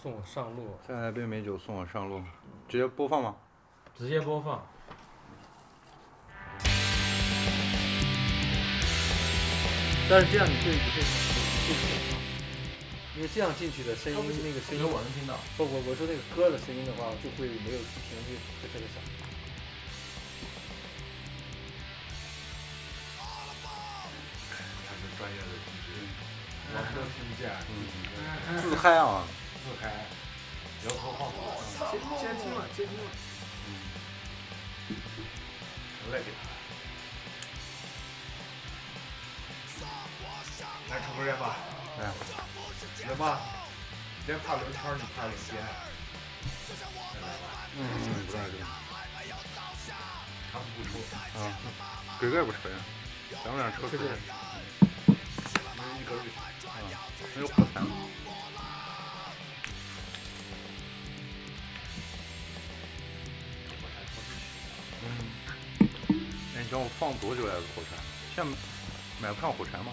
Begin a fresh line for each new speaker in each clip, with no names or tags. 送我上路，啊
再来杯美酒送我上路，直接播放吗？
直接播放。但是这样你会不会进去？因为这样进去的声音，那个声音，
我能听到。
不，我我说那个歌的声音的话，就会没有频率，会特别少。
他是专业的 DJ，
我们都听不见，
自嗨啊！
自嗨，摇头晃脑，
先先听了，先听了。
累点。来唱个 rap 吧，
来，
来吧，别怕刘涛，你怕领先。
嗯，不干这个，
他们不出，
啊，鬼怪不吹啊，咱们俩抽
对
吹
对，
因为一根儿
啊没有破产。嗯，哎，你知道我放多久来的火柴？现在买不上火柴吗？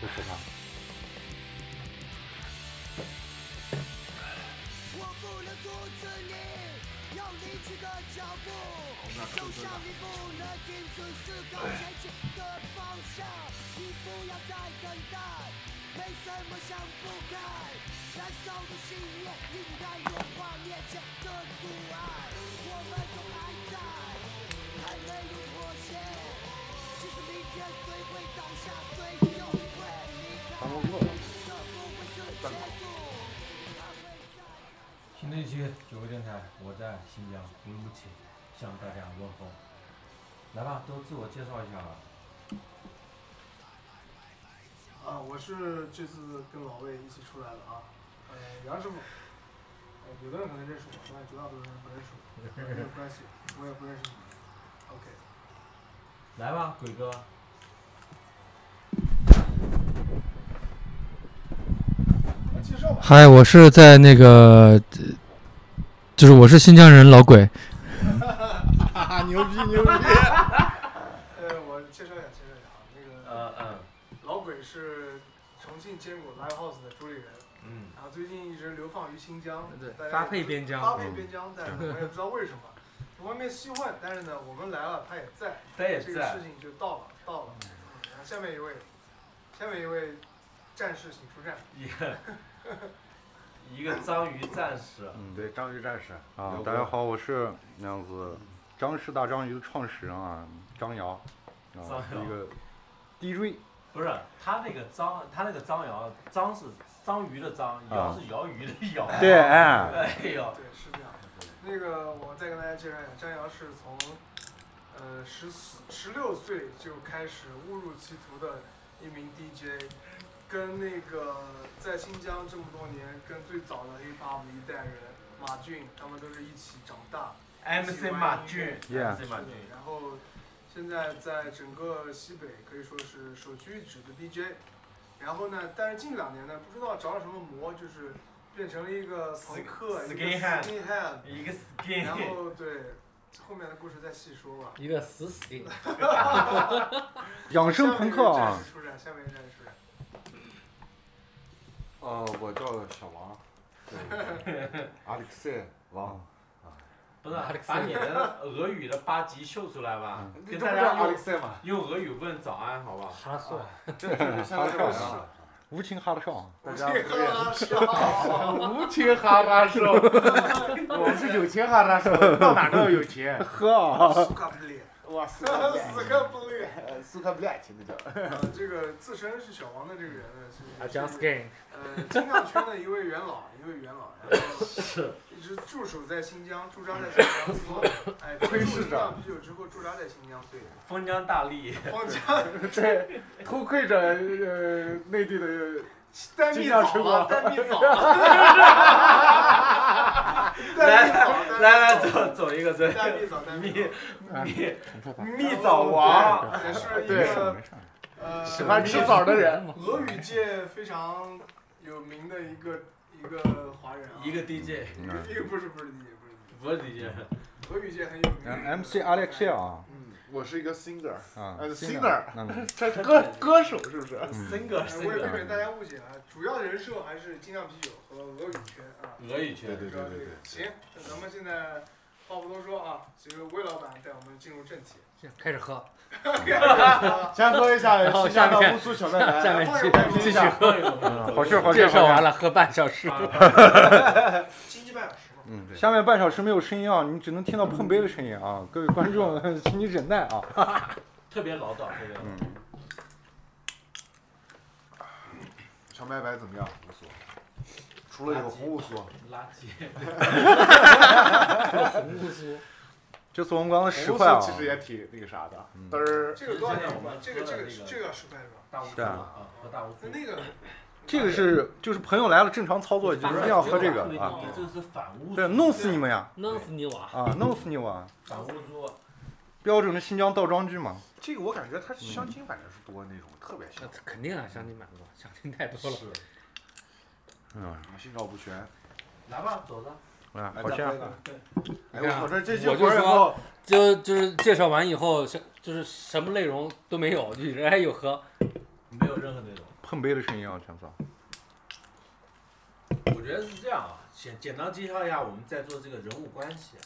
不可怕。
我不能阻止你，要离去的脚步，就像你不能停止思考前进的方向。你不要再等待，没什么想不开，燃烧的信念映在融化面前的阻碍。我们都还在，还没有妥协。其实明天谁会倒下，谁就会离开。
咱们问，
这不会是结束，它会在。
新的一期九个电台，我在新疆乌鲁木齐向大家问候。来吧，都自我介绍一下吧。
啊，我是这次跟老魏一起出来的啊，呃，杨师傅，呃，有的人可能认识我，但是绝大多数人不认识我，没有关系，我也不认识你们。OK，
来吧，鬼哥，
来介绍吧。
嗨，我是在那个，呃就是我是新疆人老鬼，
啊，牛逼牛逼！呃，我介绍一下，介绍一下啊，那个
呃嗯
老鬼是重庆坚果 Live House 的主理人，
嗯，
然后最近一直流放于新疆，
对
大家，也
发
不
配
知
边疆，
发配
嗯
边疆，但是我们也不知道为什么，我们没细问，但是呢，我们来了，他也在，
他也
这个事，情就到了，到了。嗯然后下面一位，下面一位战士，请出战。
一个一个章鱼战士，
嗯，
对，章鱼战士
啊，大家，好，我是那样子，张氏大章鱼的创始人啊，张瑶，
张
啊，
瑶
一个 DJ，
不是他那个章，他那个章瑶，章是章鱼的章，瑶是瑶鱼的瑶。
对，哎，
哎呦，
啊对，是这样。那个，我再跟大家介绍一下，张瑶是从呃十十六岁就开始误入歧途的一名 DJ，跟那个在新疆这么多年，跟最早的 hip hop 一代人马俊，他们都是一起长大。
MC 马俊，
耶，
这马俊，
然后现在在整个西北可以说是首屈一指的 DJ。然后呢，但是近两年呢，不知道着了什么魔，就是变成了一个朋克，一个
skinhead
skinhead。
一个
然
skin，
后对，后面的故事再细说吧。
一个死死的。
养生朋克啊，
下面一位战士出战，下面一位战士出战。
呃，我叫小王，对 ，Alex 王，
不是把你的俄语的八级秀出来吧，
你
嗯
跟
这
大
不叫
家用
Alex 吗？
用俄语问早安，好吧？
哈索，
这就是像个小王。
无情哈拉少，
大家
这
不认
个笑，
无情哈拉兽，我们是有钱哈拉兽，到哪都要有钱。
喝啊，
苏卡布列，
哇，死
死个不累。
苏呃克不赖，听着叫。
呃，这个自称是小王的这个人呢，
啊
是
，Just Gang，
呃，青藏圈的一位元老，一位元老，然后一直驻守在新疆，驻扎在新疆，自从哎推出这酿啤酒之后驻扎在新疆，对，
封疆大吏，
放假
对，偷窥着呃内地的
待
新
蜜
疆之
枣
光
了，待蜜枣了，待蜜枣，
来来走走一个这
待蜜枣，待蜜
蜜
枣，
蜜
蜜
蜜枣王，
也是一
没事
个
没事，
呃
喜欢吃枣的人，
俄语界非常有名的一个一个华人啊，
一个 DJ，
嗯
一个一个不是不是不是不是。
不是 DJ，
俄语界很有名的一个。
嗯，MC Alexia 啊
嗯，我是一个 singer，
啊
呃
，singer，嗯
这是歌歌手是不是？
，singer
哎我也避免
singer，
大家误解啊，主要人设还是精酿啤酒和俄语圈啊。
俄语圈
对对对对对，
行，那咱们现在话不多说啊，这个魏老板带我们进入正题。
开始喝，
先说一下
然后
新疆
下
的
面
乌苏小麦男，
下面
换一
继
换
继
继
续
续
喝一口。
嗯，好事好事
介绍
好
完
事。
了，喝半小时。
经济半小时嘛。
嗯，下面半小时没有声音啊，你只能听到碰杯的声音啊，各位观众， 请你忍耐啊。
特别老道，特别老道。
嗯，
小麦白怎么样？乌苏，除了有红乌苏，
垃圾，
这次我们刚刚十
红乌
块啊
苏，其实也挺那个啥的
嗯，
嘚儿。
这个多少钱吧？这个这个这个要十块是吧？
大乌苏
是啊
啊，喝大乌苏
那。那个
这个是就是朋友来了正常操作，就是一定要喝这个啊，
你这是反乌苏，
对，弄死你们呀！
弄死你娃！
啊，弄死你我啊！
反乌苏，
标准的新疆倒装句嘛，
这个我感觉它香精反正是多那种，特别香，
肯定啊，香精买不多，香精太多了。
嗯，
什么心照不宣。
来吧，走了。
啊，
来
好
再喝
像
一个哎，
你看
我说这句
我就
话以
说
后，
就就是介绍完以后，是就是什么内容都没有，就人还有喝。
没有任何内容。
碰杯的声音啊，全操！
我觉得是这样啊，简简单介绍一下我们在做这个人物关系。啊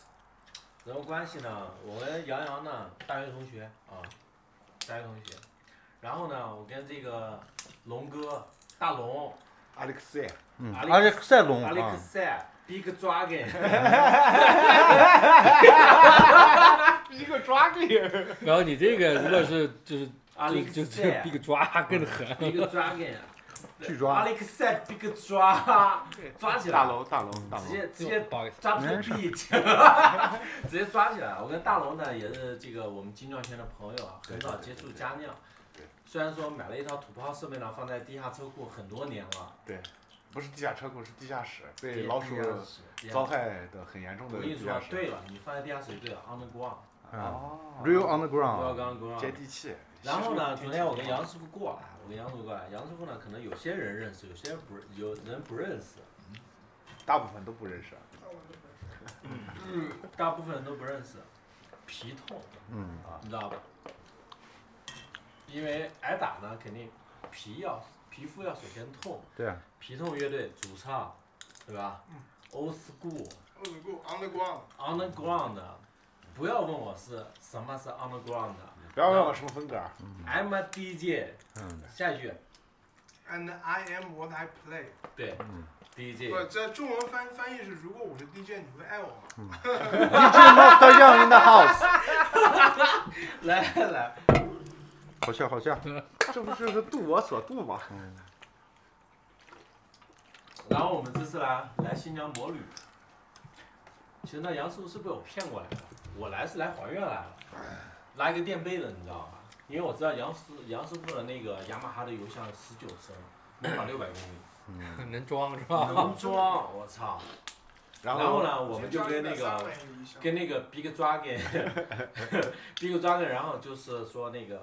人物关系呢，我跟杨洋呢，大学同学啊，大学同学。然后呢，我跟这个龙哥、大龙、
a l e x
嗯，
阿里
而且赛龙
阿历克
嗯
啊，
塞、Big Dragon，
一个抓个人，
然后你这个如果是 就是
阿历克
就就这
塞
个
啊
big
嗯
抓更狠，
，Big Dragon，
巨
阿
抓，
历克塞 Big 抓，抓起
大
来，嗯
龙大龙大 龙，
直
哦
接直接
不好意思，
抓住
没事
B，直 接抓起来了。我跟大龙呢也是这个我们精酿圈的朋友啊，
对
很早接触佳酿
对对对。
虽然说买了一套土炮设备呢，放在地下车库很多年了，
不是地下车库，是地下室，被
也
老鼠
也是也
遭害的很严重
我
的
跟你
地
说
下，室。
对了，你放在地下室对了，underground，
啊
哦
，real on the
不要
ground，啊
刚刚
接地气。
啊然后呢，
其实
昨天我跟杨师傅过来，我跟杨师傅过来，杨师傅呢，可能有些人认识，有些人不认有人不认识，
大部分都不认识，啊
啊
大部分人都不认识。皮痛，
嗯，
你知道吧？因为挨打呢，肯定皮要皮肤要首先痛，
对，
皮痛乐队主唱，对吧？Old School
二十股 underground，
Underground，不要问我是什么是 Underground，I'm
不要问我什么风格儿，
a DJ，
嗯，
下一句
And I am what I play。
对
嗯
DJ，
不，这中文翻翻译是：如果我是 DJ，你会爱我吗？
大样 in the house，
来来，
好笑好笑，
这不就是度我所度吗？
嗯
然后我们这次来来新疆摩旅，其实呢，杨师傅是被我骗过来的，我来是来还愿来了，拉一个垫背的，你知道吗？因为我知道杨师杨师傅的那个雅马哈的油箱十九升，能跑六百公里，
嗯，
能装是吧？
能装，我操！
然
然后
后
呢，我们就跟那个跟那个 Big Dragon，Big Dragon，然后就是说那个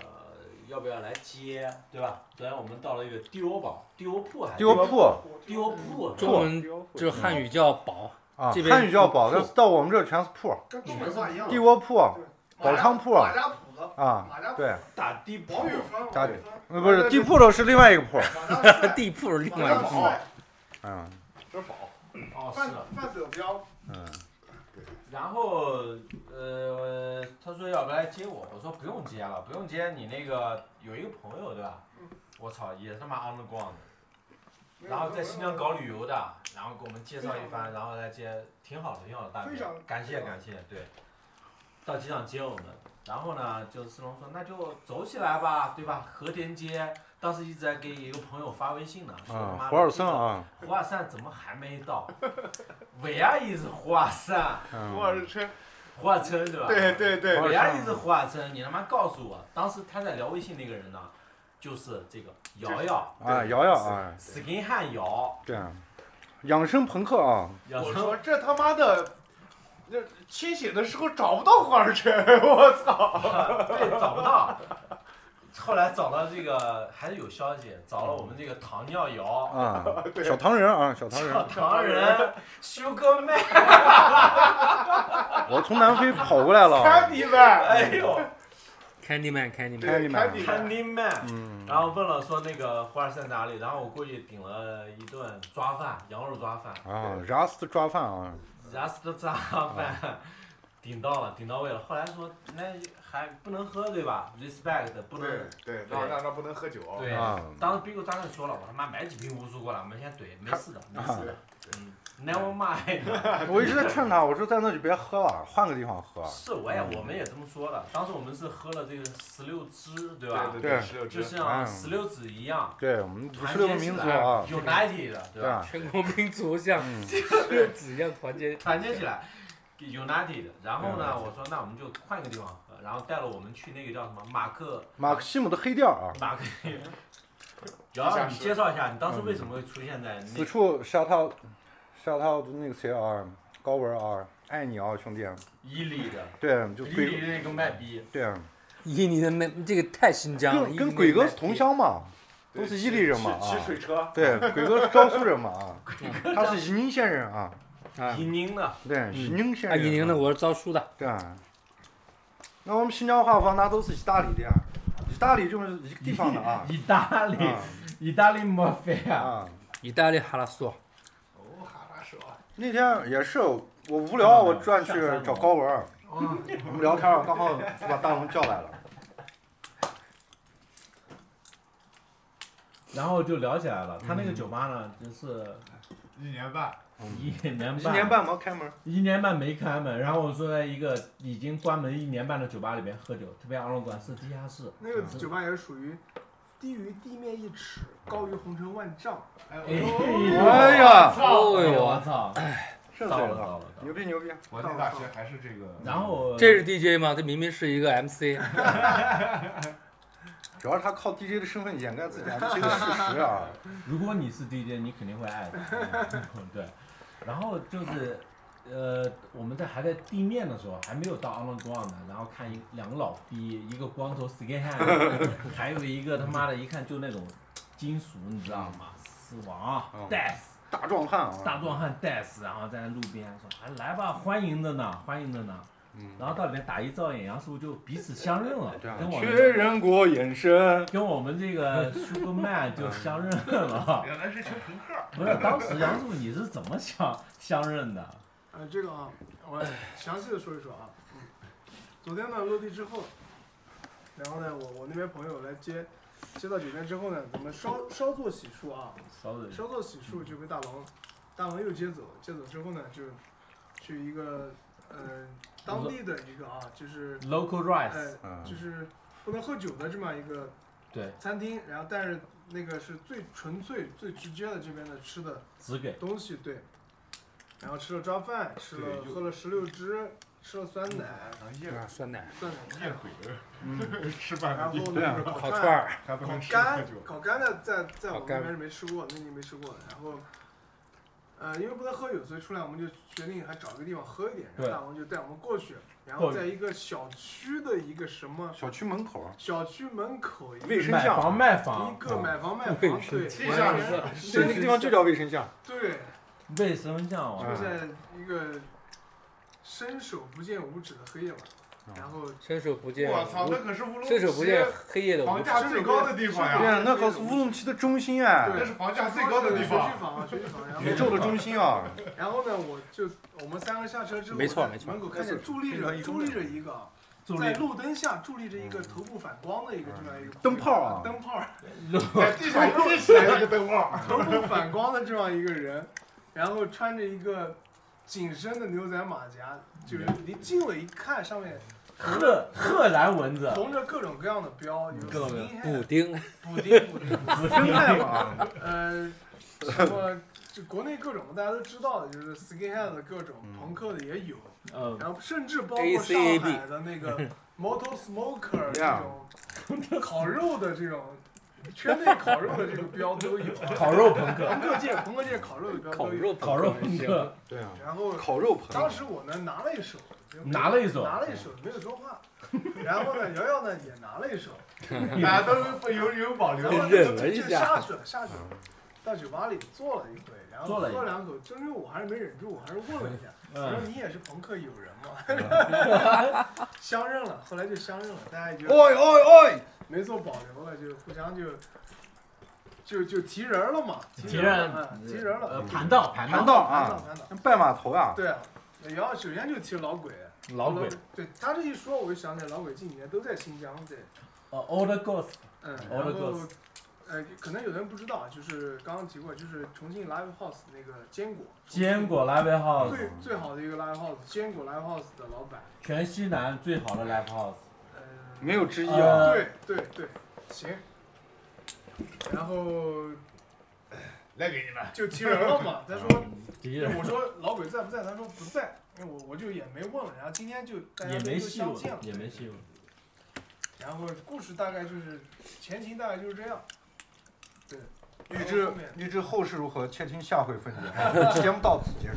要不要来接，对吧？昨天我们到了一个迪欧堡、迪欧铺还是
丢铺
迪欧铺，
中文就是汉语叫宝，
啊，
这边
汉语叫宝，
铺
但是到我们这儿全是铺，
啊
跟东北话一样
地窝铺、啊
马
宝
家
昌铺
马家铺子，
啊，
马家铺，
对，
打地铺，
王玉芬，
家
王
里
玉芬，
呃不是地铺头是另外一个铺，
马家帅，
地铺是另
马
外一
家
个
铺
帅，
嗯
这是宝，
哦，是
范
的。
范德彪，
嗯，
然后呃，他说要不要来接我，我说不用接了，不用接。你那个有一个朋友对吧？
嗯
我操，也他妈 on the ground，的然后在新疆搞旅游的，然后给我们介绍一番，然后来接，挺好的，挺好的，大哥
非常，
感谢
非常
感谢，对，到机场接我们。然后呢，就是思龙说那就走起来吧，对吧？和田街当时一直在给一个朋友发微信呢，说他
啊，
妈的
火尔森啊，
胡尔善怎么还没到？维亚一直胡尔善。
我要
嗯，
是吃，
胡尔琛对吧？
对对对，
人家一直胡尔琛，你他妈告诉我，当时他在聊微信那个人呢，就是这个瑶瑶
啊，瑶瑶啊，
，skin 汉瑶，
对，养生朋克啊，
瑶
我
瑶
说这他妈的，那清醒的时候找不到花儿吃，我操！
对找不到。后来找到这个还是有消息，找了我们这个糖尿谣。
啊， 小糖人啊，小糖人
小，糖人 Sugar Man，
我从南非跑过 来了。
Candy Man，
哎呦
Candy Man，Candy Man，
Candy Man
，Candy Man，
嗯，
然后问了说那个花儿在哪里，然后我过去顶了一顿抓饭，羊肉抓饭，
啊，Rust 抓饭啊，
Just 炸饭， 顶到了，顶到位了。后来说那还不能喝对吧？Respect 不能。
对对，那那那不能喝酒。
对，
啊
当时 Bigo 当时说了，我他妈买几瓶乌苏过来，我们先怼，没事的，没事的。嗯，Never mind。
我一直在劝他，我说在那就别喝了，换个地方喝。
是，我也我们也这么说的。当时我们是喝了这个石榴汁，对吧？
对
对
十六
就
支。
像石榴籽一样，
对我们五
团
啊十
结
六
起
个
来
民族啊，
，unity 的，对
对啊
吧？
吧？
全国民族 像
嗯
六子一样团结。
团结起来，unity 的。然后呢，我说那我们就换个地方喝，然后带了我们去那个叫什么马克
马克西姆的黑调啊，
马 克。然后你介绍一下，你当时为什么会出现在那
此？处 shout out shout out 那个谁啊，高文啊，爱你啊，兄弟，
伊犁的，
对，就
伊
鬼
犁那个卖逼，
对，
印尼的妹，这个太新疆了，
跟跟鬼哥
哥
是同，乡嘛，都是伊犁人嘛
骑
啊，
水
哦
车，
对，鬼哥是江苏人嘛啊，他是伊宁县人啊，
啊
伊宁的，，
对，伊宁县
啊，
人啊，
印尼的我是招书的，
对啊，那我们新疆话方那都是意大利的呀，啊意大利就是一个地方的啊
意大利，
啊
意大利莫菲啊，
啊，
意大利哈拉索，
哦，哈拉说，
那天也是我无聊，我转去找高文儿，
哇，
我们聊天儿，刚好就把大龙叫来了。
然后就聊起来
嗯
了。他那个酒吧呢，就是
一年半，
一年
一年半没开门，
一年半没开门，然后我坐在一个已经关门一年半的酒吧里面喝酒，特别昂龙馆是地下室，
那个酒吧也是属于低于地面一尺，高于红尘万丈。哦
哎
哎
哎
呦，
嗯呀
哎呦
呦，
我操，
是
到了
的，
到了，到了
牛逼牛逼！
我那大学还是这个，
然后
这是 DJ 吗？这明明是一个 MC，
主要是他靠 DJ 的身份掩盖自 己 MC 的事实啊。
如果你是 DJ，你肯定会爱的， 嗯对。然后就是，呃，我们在还在地面的时候，还没有到 on the ground 呢，然后看一两个老逼，一个光 头 skinhead，还有一个他妈的，一看就那种金属，你知道吗？死亡啊
嗯
death
大壮汉啊，
大壮汉 death，然后在那路边说，哎来吧，欢迎着呢，欢迎着呢。
嗯
然后到里面打一照眼，杨师傅就彼此相认了，
对啊
嗯跟我
确
们
认过眼神，
跟我们这 个 Superman 就相认了。
原来是群朋克，
不是，当时杨师傅你是怎么相相认的？
呃，这个啊，我详细的说一说啊。嗯，昨天呢落地之后，然后呢，我我那边朋友来接，接到酒店之后呢，咱们稍稍作洗漱啊，
稍等，
稍作洗漱就被大王，大王又接走，接走之后呢，就去一个呃当地的一个啊，就是
local rice，
呃
嗯，
就是不能喝酒的这么一个
对，
餐厅，然后但是那个是最纯粹、最直接的这边的吃的
只给
东西，对。然后吃了抓饭，吃了喝了石榴汁，吃了酸奶，
然后夜
酸奶、
酸奶
夜
太好
鬼
嗯，
儿吃饭
然
的
后
地，
那个
烤
啊
烤
串
串，
儿，
还不
烤
能吃喝
干
酒，
烤干的在在
烤
我们
干
那边是没吃过，那你没吃过。然后，呃，因为不能喝酒，所以出来我们就决定还找个地方喝一点。然
对
后大王就带我们过去，然
过
后
去
在一个小区的一个什么
小区门口
小区门口一个
卫生
买
巷，
房卖
一
房，
个买房卖
卫
房，对，
地上
完全
是
对，那个地方就叫卫生巷。
对。
卫生巷
嗯
啊，
就在一个伸手不见五指的黑夜晚，然后
伸手不见，
我操，那可是乌鲁
伸手
木
不
齐啊
见黑夜的
房
无
价最高的地方
对
呀，
啊，那可是乌鲁木齐的中心哎，
那是房价最高的地
学区
方，
房啊，学区房。然
宇宙的
后，
中心啊。
然后呢，我就我们三个下车之后，
没错
我在
没错
门口看见伫立
那
着
是
伫立着一个啊，
助
在
力
路灯下伫立着一个头部反光的一个这样一个
灯泡啊
灯泡
在地上一起来一个灯泡，
头部反光的这样一个人，然后穿着一个紧身的牛仔马甲，就是离近了一看，上面
赫赫然闻着，
缝着各种各样的标，有
嗯各种各
skinhead，
补丁，
补丁补丁。
生态嘛，
呃，什么就国内各种大家都知道的，就是 skinhead 的各种朋克的也有，
嗯，
然后甚至包括上海的那个 motor smoker 这
Yeah
种烤肉的这种圈内烤肉的这个标都有啊，
烤肉朋 克，
朋克界朋克界烤肉的标
烤
都有。
肉
烤肉朋克，
对啊，
然后
烤肉盆
当时我呢拿了一首，就
拿了一首，
拿了一首没有说话，然后呢瑶瑶呢也拿了一首，
大家都不有有保留
然。后呢
忍
就
了一
就
下
下去了下去了，到酒吧里坐了一回，然后
坐了一
喝
会
两口，就是因为我还是没忍住，我还是问了一下，我说
嗯，
你也是朋克友人吗？ 相认了，后来就相认了，大家就
哎哎哎，
没做保留了，就互相就就就提人了嘛，
提
人
人
了，嗯提人了，
呃，盘道，盘道，
盘道
盘道
啊，
盘道，
拜码头啊，
对啊，然后首先就提老鬼，
老鬼，，
对他这一说，我就想起来老鬼近几年都在新疆，对，
呃，Old Ghost，
嗯，
All
然
the
后
girls
呃，可能有的人不知道，就是刚刚提过，就是重庆 Live House 那个坚果，
坚果 Live House，
最最好的一个 Live House，坚果 Live House 的老板，
全西南最好的 Live House，
呃，
没有之一啊。
呃
对对对，行，然后
来给你们，
就提人了嘛，他说。
敌
因为
啊人
我说老鬼在不在？他说不在，因为我我就也没问了。然后今天就大家
也
都
没戏
相
路
见了，，
也没戏路，
然后故事大概就是前情大概就是这样。对，
预
然
知
后后面
预知后事如何，且听下回分 解。节目到此结束。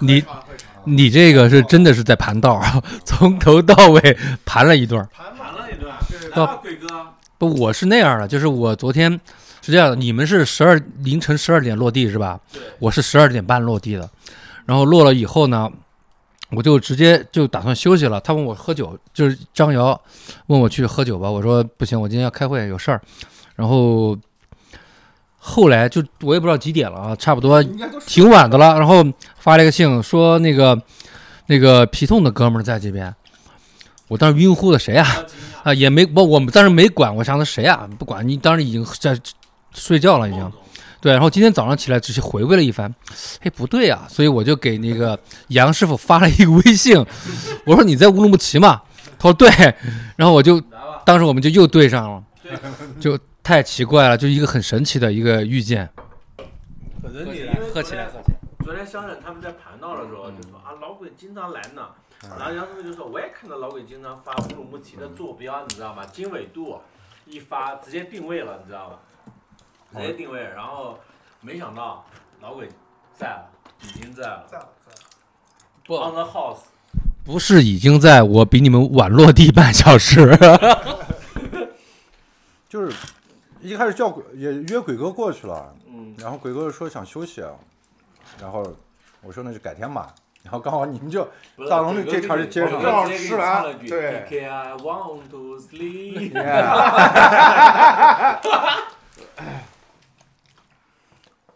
你
会唱会唱
你这个是真的是在盘道啊， 从头到尾盘了一段。
盘
盘
嘛，
了一段，
对，
哦
来吧，鬼哥，啊
不，我是那样的，就是我昨天是这样的，你们是十二凌晨十二点落地是吧？
对
我是十二点半落地的，然后落了以后呢，我就直接就打算休息了。他问我喝酒，就是张瑶问我去喝酒吧，我说不行，我今天要开会有事儿。然后后来就我也不知道几点了啊，差不多
应该都是
挺晚的了，然后发了一个信说那个那个皮痛的哥们儿在这边，我当时晕乎的谁啊？
不要惊讶
啊，也没不，我们当时没管，我想的谁啊？不管你，当时已经在睡觉
哎
了，已经
孟。总
对，然后今天早上起来仔细回味了一番，哎，不对啊，所以我就给那个杨师傅发了一个微信，我说你在乌鲁木齐嘛？他说对，然后我就
来吧，
当时我们就又对上了
对，
就太奇怪了，就一个很神奇的一个遇见。
可能你
喝起来，
因为
喝起来。
昨天昨天肖忍他们在盘道的时候就
嗯
说啊，老鬼经常来呢。然后杨师傅就说，我也看到老鬼经常发乌鲁木齐的坐标，你知道吗？经纬度一发直接定位了，你知道吗？直接定位，然后没想到老鬼在了，已经在了
在了在
，on
了。
the house。
不是已经在我比你们晚落地半小时，
就是一开始叫鬼也约鬼哥过去了，
嗯，
然后鬼哥说想休息，啊然后我说那就改天吧。然后刚好你们就大龙这茬就接上
了，
了
我直接给
是
你
吧
唱了句
对
DK I want to sleep。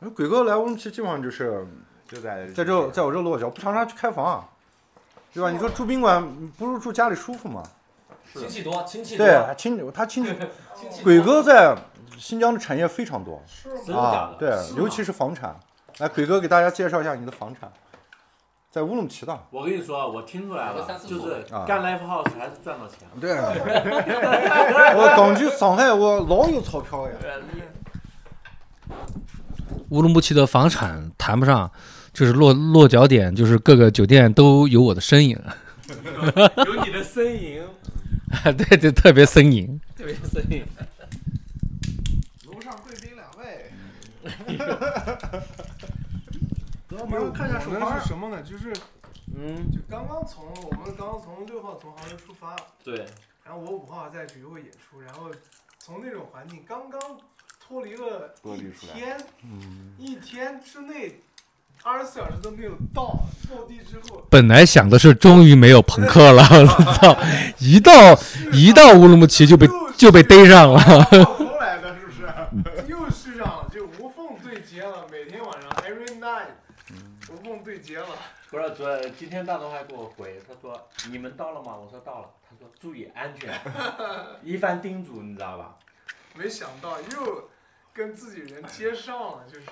哎， 鬼哥来乌鲁木齐基本上就是
就在
在这，在我这落脚，不常常去开房、啊对吧？你说住宾馆不如住家里舒服嘛？
亲戚多，亲戚
对，亲戚他亲戚
亲戚多
鬼哥在新疆的产业非常多
真的假
啊
的，？
对
是，吗
尤其是房产。来，鬼哥给大家介绍一下你的房产，在乌鲁木齐的。
我跟你说，啊我听出来
有个三
了，
四组
就是
啊
干 live house 还是赚到钱了。
对，啊 我刚去上海，我老有钞票呀。
乌鲁木齐的房产谈不上，就是落落脚点，就是各个酒店都有我的身影，
有你的身影，
对对，特别森影。
特别身影。
楼上贵宾两 位，
我
们
们
看一下手
我
环
们是什么呢？就是
嗯，
就刚刚从我们刚刚从六号从杭州出发，
对，
然后我五号在举会演出，然后从那种环境刚刚脱离了
剥
一
离出来嗯
天，一天之内二十四小时都没有到，落地之后
本来想的是终于没有朋克 了，我操！一到一到乌鲁木齐就 被就被逮上了。
头来的是不是？又续上了，就无缝对接了，每天晚上 every night
嗯
无缝对接了。
不是昨今天大东还给我回，他说你们到了吗？我说到了，他说注意安全，一番叮嘱，你知道吧？
没想到又跟自己人接上了，就是，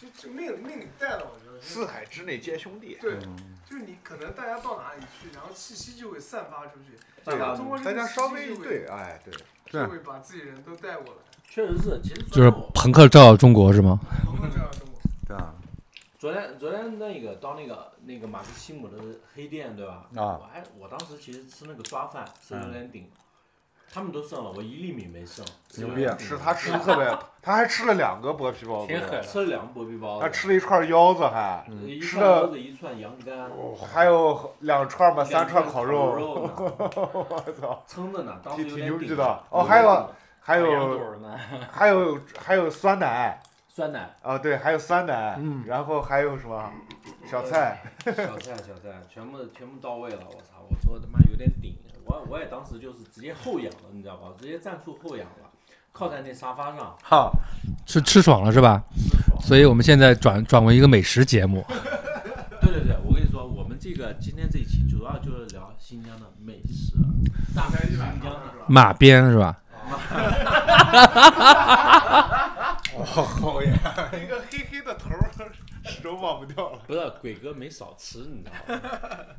就就命命里带了，我觉得就是
四海之内皆兄弟。
对，
嗯
就是你可能大家到哪里去，然后气息就会散发出去，
对吧？
通过这
大
个
家
气息
稍微一
就会
对，哎，对，
对
就会把自己人都带过来。
确实是，其实
就是朋克照中国是吗？
包括这样中国，
对啊，
昨天昨天那个到那个那个马克西姆的黑店对吧？
啊
我还我当时其实吃那个抓饭，四十点顶，他们都剩了，我一粒米没剩。
牛逼！吃啊他吃的特 别，他还吃了两个剥皮包子
挺，狠的。
吃了两个薄皮包子，
他吃了一串腰子还，
一
吃
串
了
包子，一串羊肝，
还有两串吧，三串烤
肉，
肉，
肉呢，
我操，
撑着呢，当时有
挺挺
点
牛逼
顶嗯
的
着。
哦，还有还
羊肚
有
儿呢，
还有还有酸奶
酸奶、
啊，对，还有酸奶，然后还有什么小菜，
小菜、小菜，全部全部到位了。我操！我说他妈有点顶，我我也当时就是直接后仰了，你知道吧？直接战术后仰了，靠在那沙发上，
哈，
吃吃爽了是吧？所以我们现在转转为一个美食节目，
对对对，我跟你说，我们这个今天这一期主要就是聊新疆的美食，大 概新疆的
马鞭是吧？
讨厌，一个黑黑的头儿始终忘不掉了。
不是鬼哥没少吃，你知道吗？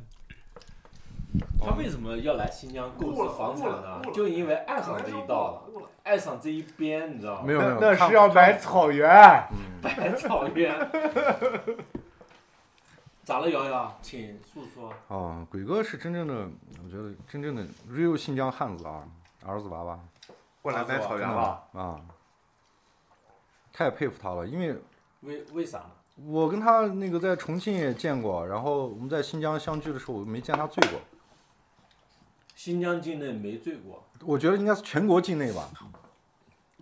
他为什么要来新疆购置房产呢？就因为爱上这一道了，爱上这一边，你知道吗？
没有没有，
那
看
是要
不
买草原，
百草园。咋了，瑶瑶？请诉说。
啊，鬼哥是真正的，我觉得真正的 real 新疆汉子啊，儿子娃娃，
过来买草原吧。
啊，太佩服他了，因为
为为啥呢？
我跟他那个在重庆也见过，然后我们在新疆相聚的时候，我没见他醉过，
新疆境内没醉过，
我觉得应该是全国境内吧。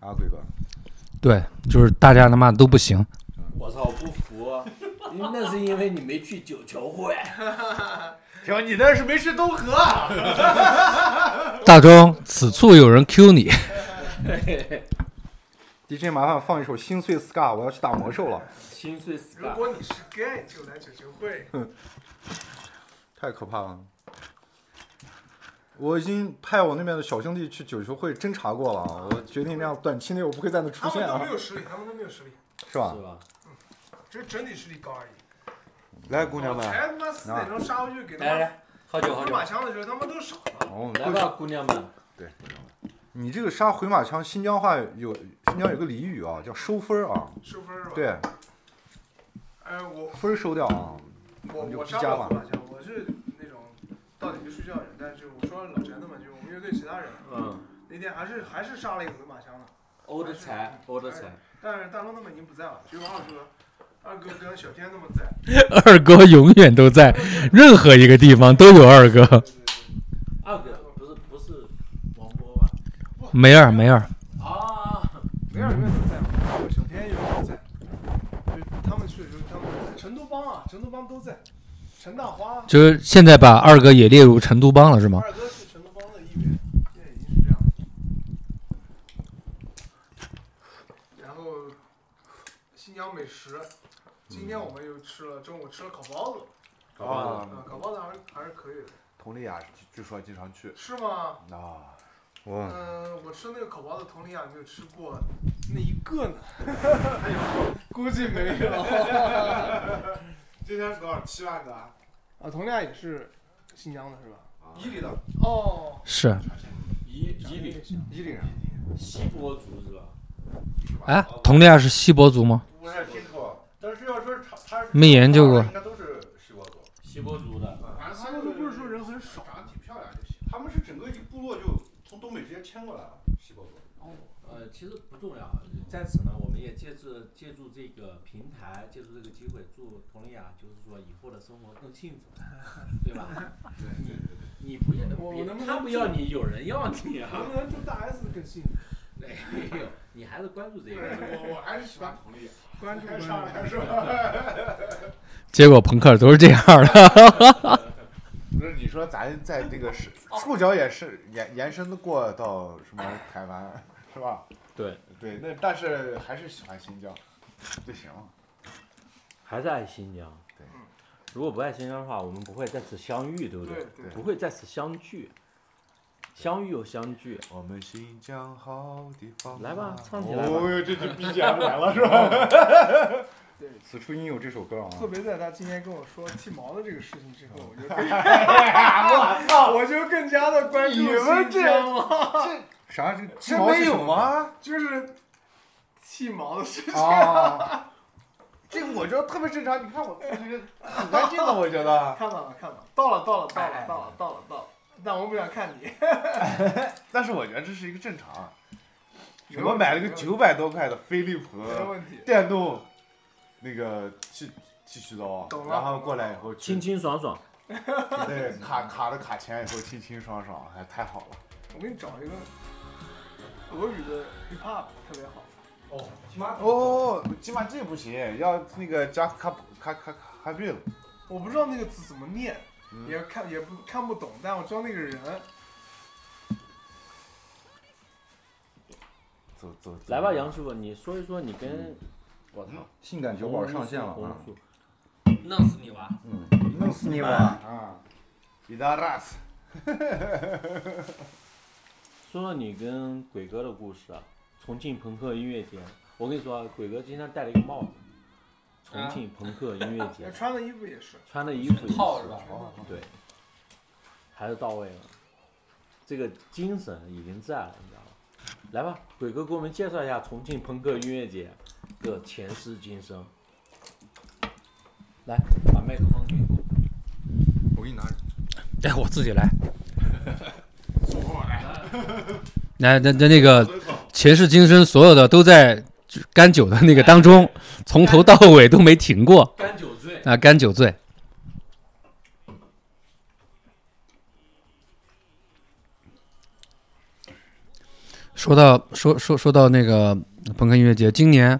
啊，鬼哥，
对，就是大家他妈都不行，
我操，我不服。因为那是因为你没去九球会。
行，你那是没去东河，啊
大钟，此处有人 Q 你，
DJ 麻烦放一首《心碎 scar》，我要去打魔兽了，
心碎
如
scar，
果你是 gay，就来九九会。
太可怕了。我已经派我那边的小兄弟去九球会侦查过了啊，我决定那样短期内我不会在那出
他
现
们都
啊
没，有实力，他们都没有实力，
是吧
是？吧？
只是整体实力高而已。
来，姑娘们，
啊
才他妈四点钟杀回去给他
来
们
来，喝酒喝
回
酒
马，枪的时候，他们都傻了。
哦，
来吧，姑娘们，
你这个杀回马枪，新疆话有新疆有个俚语啊，叫收分儿啊，
收分儿吧。。
对，
哎，我
分儿收掉啊。
我
你就
我
不
杀不
加
了
吧
回马枪，我是那种到底就睡觉的人。但是我说老陈的嘛，就是我们乐队其他人
嗯，
那天还是还是杀了一个回马枪的。
欧的财，欧的财，
但是大龙他们已经不在了，只有二哥，二哥跟小天他们在。
二哥永远都在，任何一个地方都有二哥。
二哥不是不是王波吧？
梅儿梅儿，
啊，
没二哥都在嘛，小天也不在。就他们去的时候，他们都在。成都帮啊，成都帮都在。陈大花，
就是现在把二哥也列入成都帮了是吗？
二哥是成都帮的一员，现在已经是这样了。然后新疆美食，今天我们又吃了，中午吃了烤包子，
啊，
啊，烤包子还是还是可以的，
佟丽娅据据说经常去
是吗？
啊，
我
嗯，我吃那个烤包子，佟丽娅没有吃过那一个 呢，哎呦，估计没有。
今天多少？七万个啊？
啊，佟丽娅也是新疆的是吧？
伊犁的，
哦，
是，
伊伊犁
伊犁人，
锡伯族是吧？
哎，佟丽娅是锡伯族吗？
我也听说，但是要说他他
没研究过
应该都是西伯族，
锡伯族的，
反正
他们都不是说人很少，
长得挺漂亮就行。啊他们是整个一部落就从东北直接迁过来了，西伯族。
呃，其实不重要。在此呢，我们也借助借助这个平台，借助这个机会，祝佟丽娅就是说以后的生活更幸福， 对吧？你你不要
我我能不
别，
能
他不要你，有人要你
能
啊！
不能祝大 S 更幸福？
哎呦，你还是关注这个。
我我还是喜欢佟丽娅，
关注
该
关注
上来是吧？
结果朋克都是这样的，
不是你说咱在这个是
哦
触角也是延延伸的过到什么台湾 是吧？
对
对，那但是还是喜欢新疆，就行了。
还是爱新疆。
对，
嗯
如果不爱新疆的话，我们不会在此相遇，对不
对
对
不会在此相聚，相遇又相聚。
我们新疆好地方啊
来吧唱起来吧
哦哟，这就 BGM 来了是吧？
此处应有这首歌啊。
特别在他今天跟我说剃毛的这个事情之后，我 就更，我就更加的关注
你们
新
这
疆了，
啥？这
这没有？吗？
就是剃毛的事情。
啊，
这我觉得特别正常。你看我，这个很干净的，我觉得。
哎看到了，看到了，到了，到了，到了，到了，到了，到了。但我不想看你。
但是我觉得这是一个正常。我买了个九百多块的飞利 浦
没问题。
电动那个剃剃须刀
懂，了
然后过来以后
清清爽爽。
对卡卡着卡钳以后清清爽爽，哎，太好了。
我给你找一个俄语的 hip hop 特别好。
哦，
妈，
哦，起码这不行，要那个加卡卡卡卡贝了。
我不知道那个字怎么念，
嗯
也看也不看不懂，但我知道那个人。
走走，走
来吧，杨师傅，你说一说你跟我操
性感酒保上线了
红
啊！
素
弄死你吧！
嗯，弄死你吧！
啊，伊达拉斯。
说说你跟鬼哥的故事啊，重庆朋克音乐节。我跟你说啊，鬼哥今天戴了一个帽子，重庆朋克音乐节
也，穿的衣服也是，
穿的衣服也是
套是吧？
对，还是到位了，这个精神已经在了，你知道吗？来吧，鬼哥给我们介绍一下重庆朋克音乐节的前世今生。来，把麦克风给我。
我给你拿着。
哎，我自己来。来，那那那个前世今生，所有的都在干酒的那个当中， 从头到尾都没停过
哎干酒醉，
啊！干酒醉，说到说说说到那个朋克音乐节，今年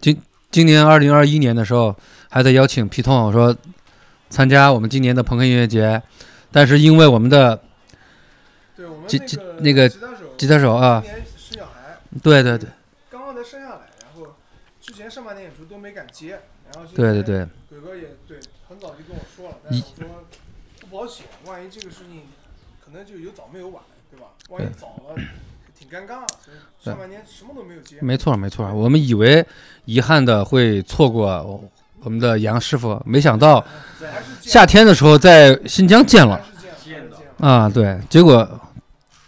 今今年二零二一年的时候，还在邀请皮痛我说参加我们今年的朋克音乐节，但是因为我们的
对我们
吉吉
个
那
那
个
吉他手，
吉他手啊
今，年是小孩，
对对对
刚刚才生下来，然后之前上半年演出都没敢接，然后
对对，对，
鬼哥也对，很早就跟我说了，但是我说不保险，万一这个事情可能就有早没有晚，对吧？万一早了挺尴尬，所以上半年什么都没有接。
没错没错，我们以为遗憾的会错过我们的杨师傅，没想到
还是见
夏天的时候在新疆见了
还是见了，还是见了。
啊，对，结果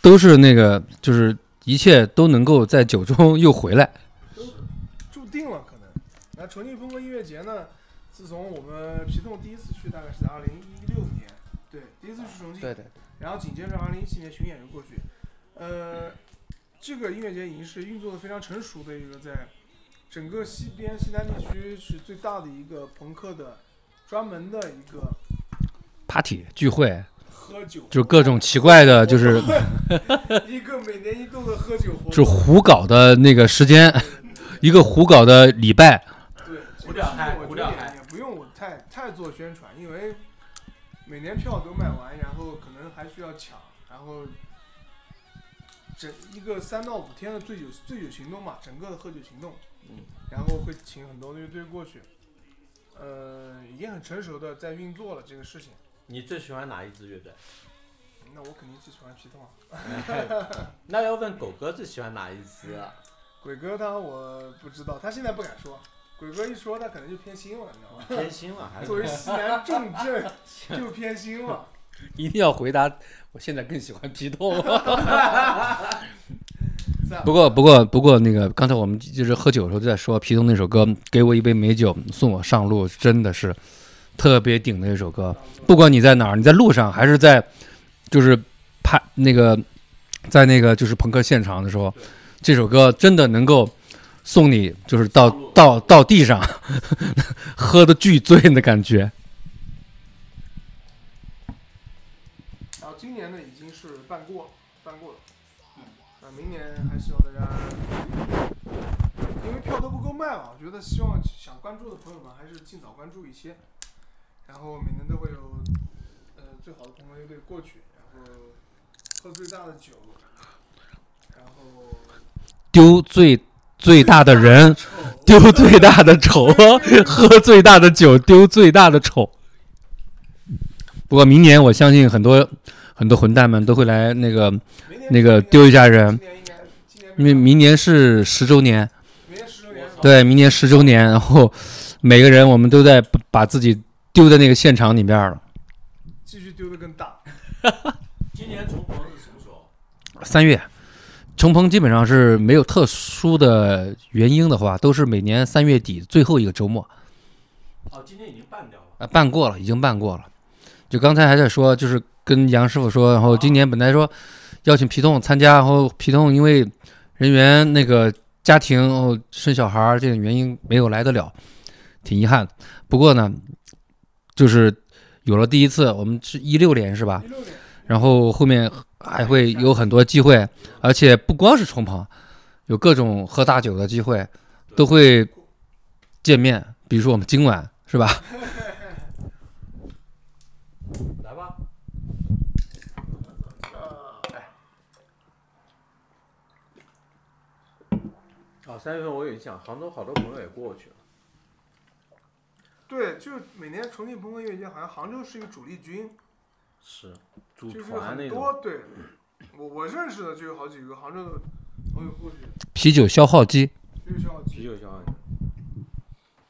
都是那个，就是一切都能够在酒中又回来，
注定了可能。那重庆风格音乐节呢，自从我们皮痛第一次去，大概是在二零一六年，对，第一次去重庆，
对，
然后紧接着二零一七年巡演就过去，呃，这个音乐节已经是运作的非常成熟的一个，在整个西边西南地区是最大的一个朋克的专门的一个
party 聚会，
喝酒，
就各种奇怪的，就是
一个每年一度的喝酒活
就
动，
胡搞的那个时间， 一个胡搞的礼拜，
对，
胡聊嗨
我
胡
觉
聊
得
嗨
也也不用我太太做宣传，因为每年票都卖完，然后可能还需要抢，然后整一个三到五天的醉酒醉酒行动嘛，整个的喝酒行动，
嗯，
然后会请很多乐队过去，呃，已经很成熟的在运作了这个事情。
你最喜欢哪一支乐队？
那我肯定最喜欢皮特嘛，
那要问狗哥最喜欢哪一支 啊？
鬼哥他我不知道，他现在不敢说。鬼哥一说，他可能就偏心了，你知道吗？
偏心了啊还是
作为西南重镇， 就偏心了。
一定要回答。我现在更喜欢皮痛。
在
不过，不过，不过，那个刚才我们就是喝酒的时候就在说皮痛那首歌，给我一杯美酒，送我上路，真的是特别顶的一首歌。不管你在哪儿，你在路上还是在，就是拍那个，在那个就是朋克现场的时候，这首歌真的能够送你就是到到到地上， 喝的巨醉的感觉。
然后今年呢已经是办过，办过了。那明年还希望大家，因为票都不够卖嘛，我觉得希望想关注的朋友们还是尽早关注一些。然后每年都会有，呃，最好的朋友乐队过去，然后喝最大的酒，然后
丢最最大的人，丢最大的丑，喝最大的酒，丢最大的丑。不过明年我相信很多很多混蛋们都会来那个，
明年
那个丢一下人
今年应该今年
因为明年是十周年，
明年十周年，
对，明年十周年，然后每个人我们都在把把自己丢在那个现场里面了。
继续丢的更大。
今年重逢是什么时候？
三月，重鹏基本上是没有特殊的原因的话，都是每年三月底最后一个周末。
哦，今年已经办掉了。
呃啊，办过了，已经办过了。就刚才还在说，就是跟杨师傅说，然后今年本来说邀请皮痛参加，然后皮痛因为人员那个家庭然后生小孩儿这种原因没有来得了，挺遗憾的。不过呢，就是有了第一次，我们是一六年是吧？然后后面还会有很多机会，而且不光是冲泡，有各种喝大酒的机会，都会见面。比如说我们今晚是吧？
来吧，哎哦，三月份我有印象，杭州好多朋友也过去了。
对，就是每年重庆朋克音乐节，好像杭州是一个主力军，
是，组
就是
团
很
那
多
种。
对，我我认识的就有好几个杭州的朋友过去，
啤酒消耗机，
就是像
啤酒消耗，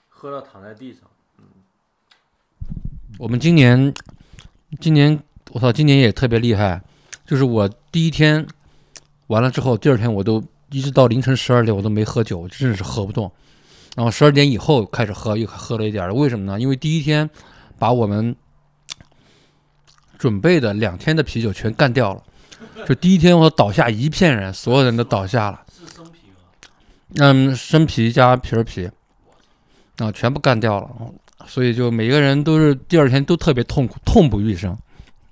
喝到躺在地上。
我们今年，今年我操，今年也特别厉害，就是我第一天完了之后，第二天我都一直到凌晨十二点我都没喝酒，真的是喝不动。然后十二点以后开始喝，又喝了一点儿，为什么呢？因为第一天把我们准备的两天的啤酒全干掉了，就第一天我倒下一片人，所有人都倒下了。
是生啊啤吗？
嗯，生啤加皮儿啤，啊，全部干掉了，所以就每个人都是第二天都特别痛苦，痛不欲生。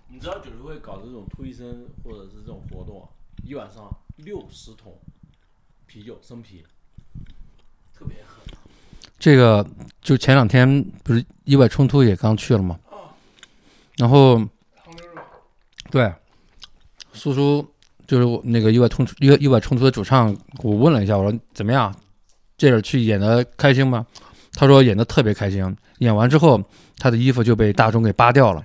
你知道九十会搞这种突击生或者是这种活动，啊一晚上六十桶啤酒生啤，特别 狠。
这个就前两天不是意外冲突也刚去了嘛，然后对，苏苏就是我那个意外冲突意外意外冲突的主唱，我问了一下，我说怎么样，这个去演的开心吗？他说演的特别开心，演完之后他的衣服就被大钟给扒掉了，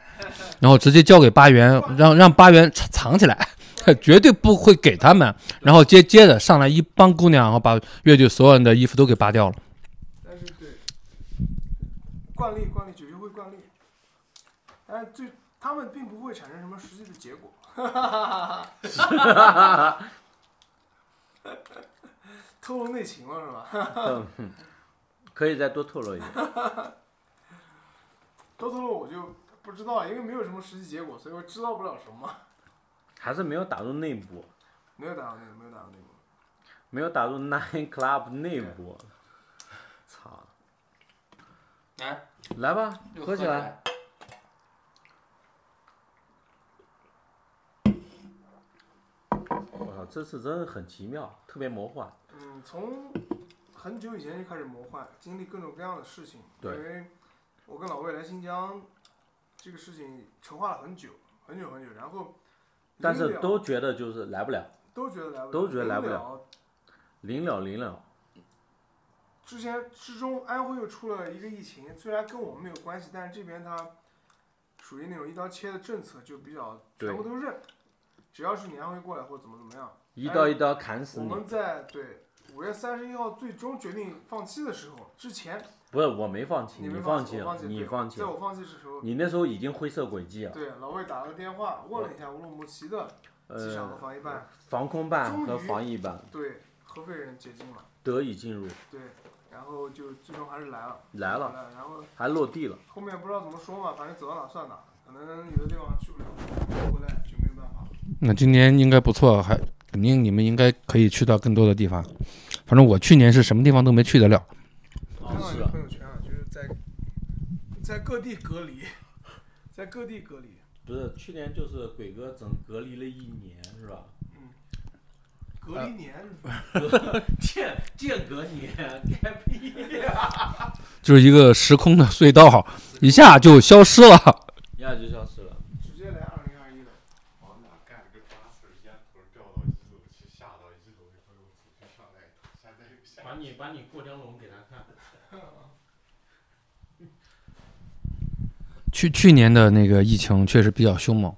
然后直接交给八元，让让八元藏藏起来， 绝对不会给他们。然后接接着上来一帮姑娘，然后把乐队所有人的衣服都给扒掉了。
但是对，惯例惯例，九月会惯例，但是最他们并不会产生什么实际的结果。 透露内情了是吧？
嗯可以再多透露一点。
都透露我就不知道，因为没有什么实际结果，所以我知道不了什么。
还是没有打入内部，
没有打到那个，没有打到那个。
没有打入 Nine Club 内部。操！
哎
来，
来吧，喝啊起来。我操，这次真的很奇妙，特别魔幻。
嗯，从很久以前就开始魔幻，经历各种各样的事情。
对
因为我跟老魏来新疆，这个事情筹划了很久，很久很久，然后
但是
临了
都觉得就是来不了，
都觉得来不了，
都觉得来不了
了。
临了临了。
之前之中，安徽又出了一个疫情，虽然跟我们没有关系，但是这边它属于那种一刀切的政策，就比较
对
全国都认，只要是你安徽过来或怎么怎么样。
一刀一刀砍死
哎我
你！
们在对五月三十一号最终决定放弃的时候之前，
不是我没放弃，
你们
放
弃，我
了，
弃，
你
对
放弃
在
了，
我放弃的时候，
你那时候已经灰色轨迹了。
对老魏打了个电话问了一下乌鲁木齐的机场和
呃，
防疫办，
防空办
终
和
于
防疫办
对合肥人解禁了，
得以进入，
对，然后就最终还是来了，
来了，
了，然后
还落地了。
后面不知道怎么说嘛，反正走到哪算哪，可能有的地方去不了，回来就没有办法。
那今年应该不错，还肯定你们应该可以去到更多的地方。反正我去年是什么地方都没去得了。
哦
看到你的朋友圈啊，就是在在各地隔离，在各地隔离，
不是去年就是鬼哥整隔离了一年是吧？ 呃
隔离年就是
间间隔年，该屁呀！
就是一个时空的隧道，一下就消失了。
一下就消失了。
直接来二零二一了。
往哪干了个抓阄，烟头掉到一楼去，下到一楼，一会儿又出去上来一趟，下再又下。
你把你过江龙给他看。
去去年的那个疫情确实比较凶猛，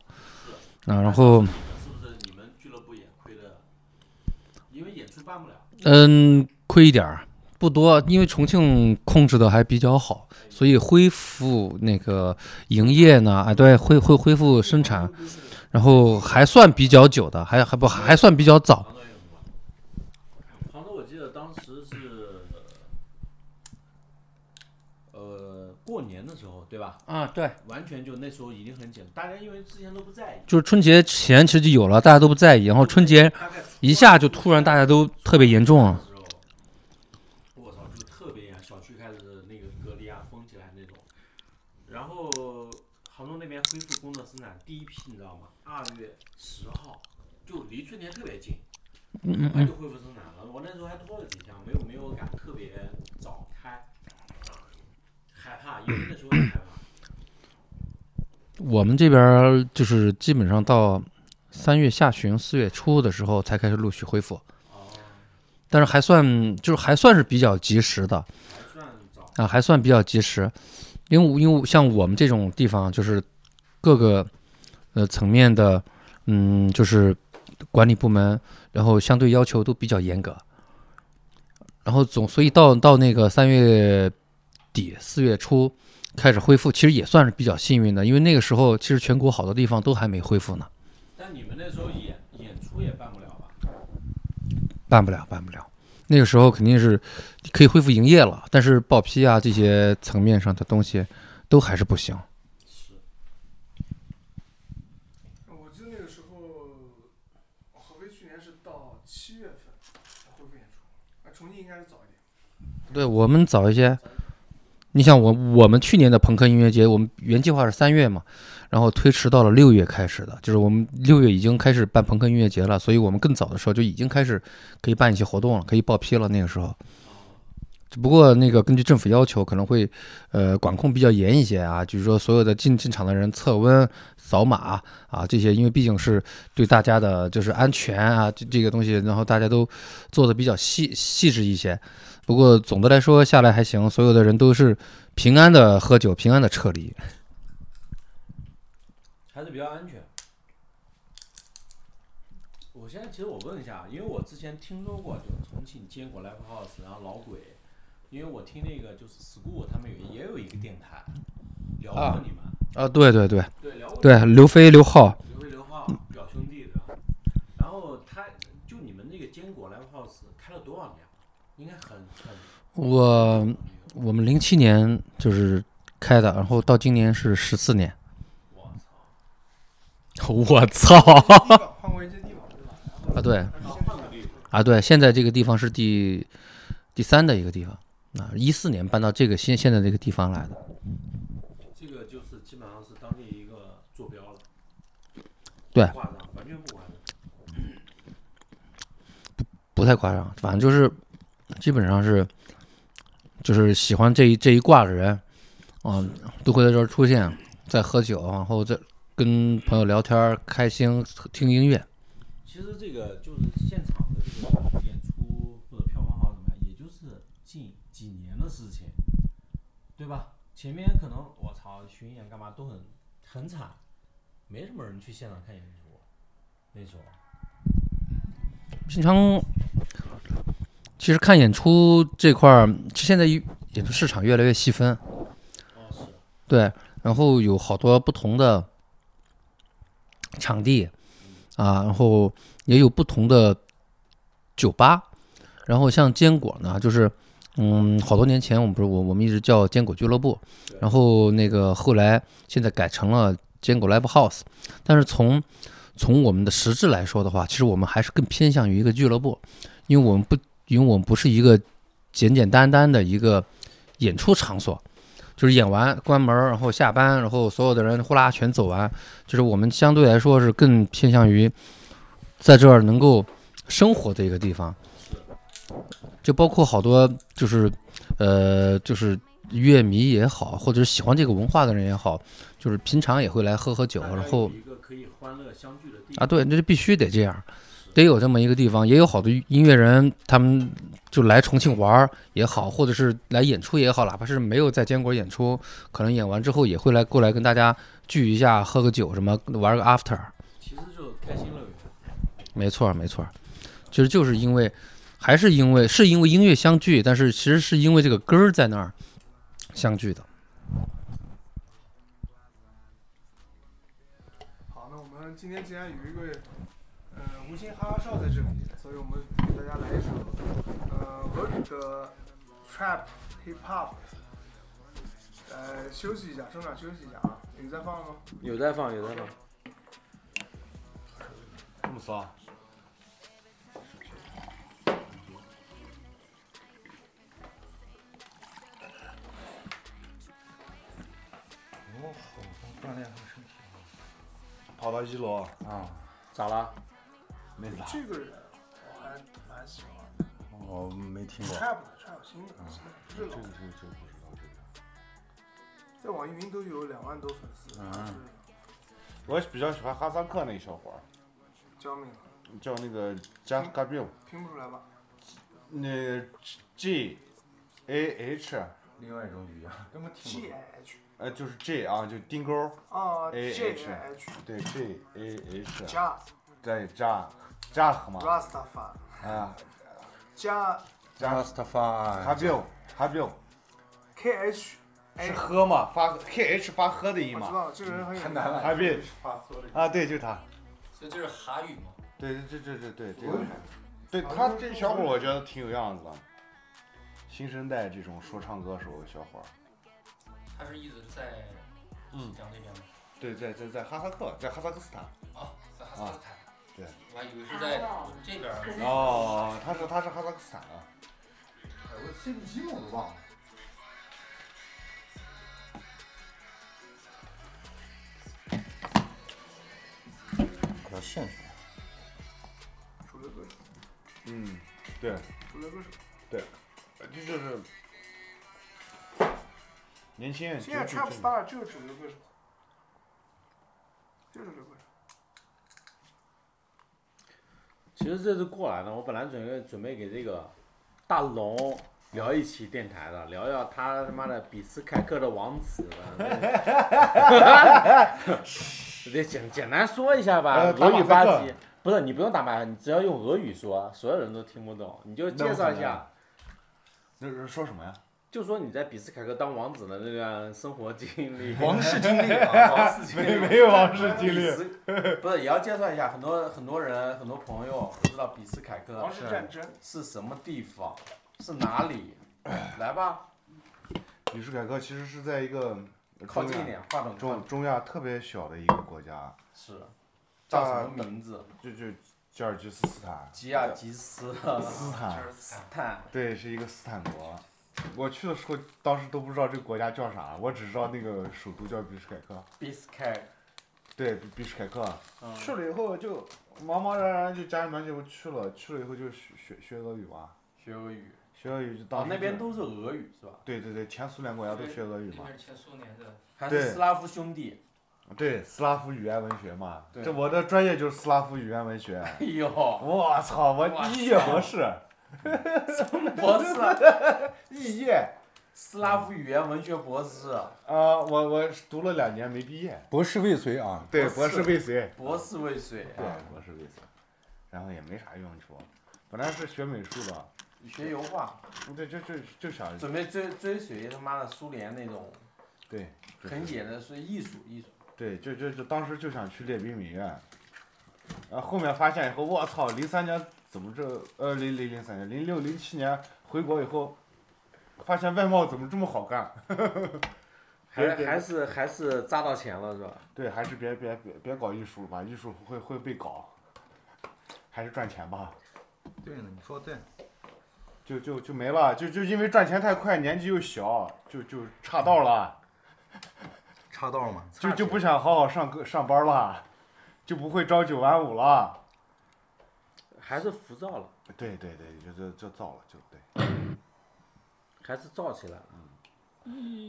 啊，然后
是不是你们俱乐部也亏的？啊因为演出办不了。
嗯，亏一点儿，不多，因为重庆控制的还比较好，所以恢复那个营业呢，啊，对，恢恢恢复生产，然后还算比较久的，还还不还算比较早。
杭州有什么？杭州我记得当时是，呃，过过年的时候，对吧？
啊，对，
完全就那时候已经很简单，大家因为之前都不在意，
就是春节前其实就有了，大家都不在意，然后春节
大概
一下就突然大家都特别严重啊
的
了。
时候，我操，就特别严，小区开始那个隔离啊，封起来那种。然后杭州那边恢复工作生产，第一批你知道吗？二月十号，就离春节特别近，
嗯
很快就恢复生产了。我那时候还拖了几天，没有没有敢特别早开，害怕，因为那时候很害怕。
我们这边儿就是基本上到三月下旬、四月初的时候才开始陆续恢复，
哦，
但是还算就是还算是比较及时的
还算早，
啊，还算比较及时，因为因为像我们这种地方就是各个呃层面的，嗯，就是管理部门，然后相对要求都比较严格，然后总所以到到那个三月底四月初开始恢复，其实也算是比较幸运的，因为那个时候其实全国好多地方都还没恢复呢，
但你们那时候演演出也办不了吧？
办不了，办不了。那个时候肯定是可以恢复营业了，但是报批啊这些层面上的东西都还是不行。
是，
我记得那个时候，合肥去年是到七月份才恢复演出，啊，重庆应该是早一点。
对我们早一些。你想我我们去年的朋克音乐节，我们原计划是三月嘛，然后推迟到了六月开始的，就是我们六月已经开始办朋克音乐节了，所以我们更早的时候就已经开始可以办一些活动了，可以报批了。那个时候，只不过那个根据政府要求，可能会呃管控比较严一些啊，就是说所有的进进场的人测温、扫码啊这些，因为毕竟是对大家的就是安全啊这这个东西，然后大家都做的比较细细致一些。不过总的来说下来还行，所有的人都是平安的喝酒，平安的撤离。
还是比较安全。我现在其实我问一下，啊因为我之前听说过，就是重庆坚果 Live House，然后老鬼，因为我听那个就是 School 他们有也有一个电台，聊过你们，
啊，对对对
对聊过你们
对，啊刘飞、刘浩，
刘飞刘浩表兄弟的，然后他就你们那个坚果 Live House 开了多少年了？应该很很
我我们零七年就是开的，然后到今年是十四年。
我 操，
我操！
地方换过一届地方，对吧？
啊，对
但是
刚
现在
换个地方，
啊，对，现在这个地方是第第三的一个地方。啊，一四年搬到这个现现在这个地方来的，
这个就是基本上是当地一个坐标了。
对
不夸张，完全不夸张。
不太夸张，反正就是基本上是就是喜欢这一这一挂的人，嗯，都会在这儿出现，在喝酒，然后在跟朋友聊天儿，开心听音乐。
其实这个就是现场的这个演出或者票房好怎么样，也就是近几年的事情，对吧？前面可能我操巡演干嘛都很很惨，没什么人去现场看演出，那时候
平常其实看演出这块儿，现在演出市场越来越细分，
哦是
对，然后有好多不同的场地啊，然后也有不同的酒吧，然后像坚果呢，就是嗯，好多年前我们不是我我们一直叫坚果俱乐部，然后那个后来现在改成了坚果 Live House，但是从从我们的实质来说的话，其实我们还是更偏向于一个俱乐部，因为我们不因为我们不是一个简简单单的一个演出场所，就是演完关门，然后下班，然后所有的人呼啦全走完。就是我们相对来说是更偏向于在这儿能够生活的一个地方，就包括好多就是呃就是乐迷也好，或者是喜欢这个文化的人也好，就是平常也会来喝喝酒，
大家
然后
有一个可以欢乐相聚的地
啊，
方，
对，那就必须得这样，得有这么一个地方。也有好多音乐人，他们就来重庆玩儿也好，或者是来演出也好，哪怕是没有在坚果演出，可能演完之后也会来过来跟大家聚一下，喝个酒什么，玩个 after。
其实就是开心乐园。
没错儿，没错儿，其实就是因为，还是因为是因为音乐相聚，但是其实是因为这个根儿在那儿相聚的。
好，那我们今天既然有一个呃无心哈哈笑在这里，所以我们给大家来一首呃俄语的 trap hip hop，呃，休息一下，中场休息一下啊。你在放吗？
有在放，有在放。
这么骚，
跑到一楼，
咋了？
没咋，
这个人我还蛮喜欢的
我没听过。
，trap 的 trap 新的，新的不是老的。在网易云都有两万多粉丝，就是
我比较喜欢哈萨克那小伙儿，
焦敏，
叫那个 j a s g a b r i l
拼不出来吧？
那 G A H，
另外一种语言，根本听
G I H
呃，就是 G 啊，就丁钩，
啊
A
，J
H
I H
对 G A H，
加
对扎扎克嘛，
Rastafari
啊，
加
不懂。
哈
Rastafari，
比尔哈比尔
K H，哎
是喝嘛，发 K H 发喝的音
我知
嘛，
道这个人很有
太难了。
哈比尔啊，对，就他，
所以这是哈语嘛？
对这这这对这个，对他这小伙儿我觉得挺有样子的，新生代这种说唱歌手小伙儿，
他是一直在
嗯
新疆那边吗？
对，在在在哈萨克，在哈萨克斯坦，
啊，在哈萨克斯坦。
嗯对，
我还以为是在这边儿。
哦，他是他是哈萨克斯坦啊的。
我 CBG 我都忘了。比较现实。
主流歌手，
嗯，对，
主流歌手。
这就是年轻人
现在 trap star 就是主流歌手，就是主流歌手。
其实这次过来呢，我本来准备准备给这个大龙聊一期电台的，聊聊他他妈的比斯凯克的王子 的。得简简单说一下吧，
呃打
俄
马
语
赛
八
克
级，不是你不用打马赛克，你只要用俄语说，所有人都听不懂，你就介绍一下，
那是说什么呀？
就说你在比斯凯克当王子的那段生活经历。
王 室经历啊，王室经历。
没有王室经历，
历，不是也要介绍一下，很多很多人很多朋友不知道比斯凯克
王室战争，
是什么地方，是哪里，来 吧，
比斯凯克其实是在一个
靠
中
近一
亚
点，话筒
中中亚特别小的一个国家，
是叫
大
什么名字？
就就吉尔吉斯斯坦，
吉尔吉斯
斯坦，
斯坦。
对，是一个斯坦国。我去的时候，当时都不知道这个国家叫啥，我只知道那个首都叫比什凯克，
Biscay，
对，比比什凯克。
嗯，
去了以后就茫茫然然就家里面就去了，去了以后就学学学俄语嘛，
学俄语，
学俄语就当
哦
时，
那边
就
都是俄语是吧？
对对对，前苏联国家都学俄语嘛
那，是前苏联的。
还
对
是斯拉夫兄弟？
对，斯拉夫语言文学嘛，
对
这我的专业就是斯拉夫语言文学。
哎 呦，
我操，我肄业博士，
博士，
肄业，
斯拉夫语言文学博士，
啊，我我读了两年没毕业，
博士未遂啊，
对，
博
博
士
士未遂，
博士未遂。啊
对，博士未遂，然后也没啥用处，本来是学美术的，
学油画，
对，就就就想
准备追追随他妈的苏联那种
对，就
很
是
野的，是艺术艺术。
对，就就就当时就想去列宾美院，然后后面发现以后，我操，零三年怎么这呃零零零三年零六零七年回国以后，发现外贸怎么这么好干？
还还是还是扎到钱了是吧？
对，还是别别别别搞艺术了吧，艺术会会被搞，还是赚钱吧。
对呢，你说对。
就就就没了，就就因为赚钱太快，年纪又小，就就岔道了，
插道嘛，
就就不想好好上课上班了，就不会朝九晚五了。
还是浮躁了，
对对对，就就就造了，就对。
还是躁起来了。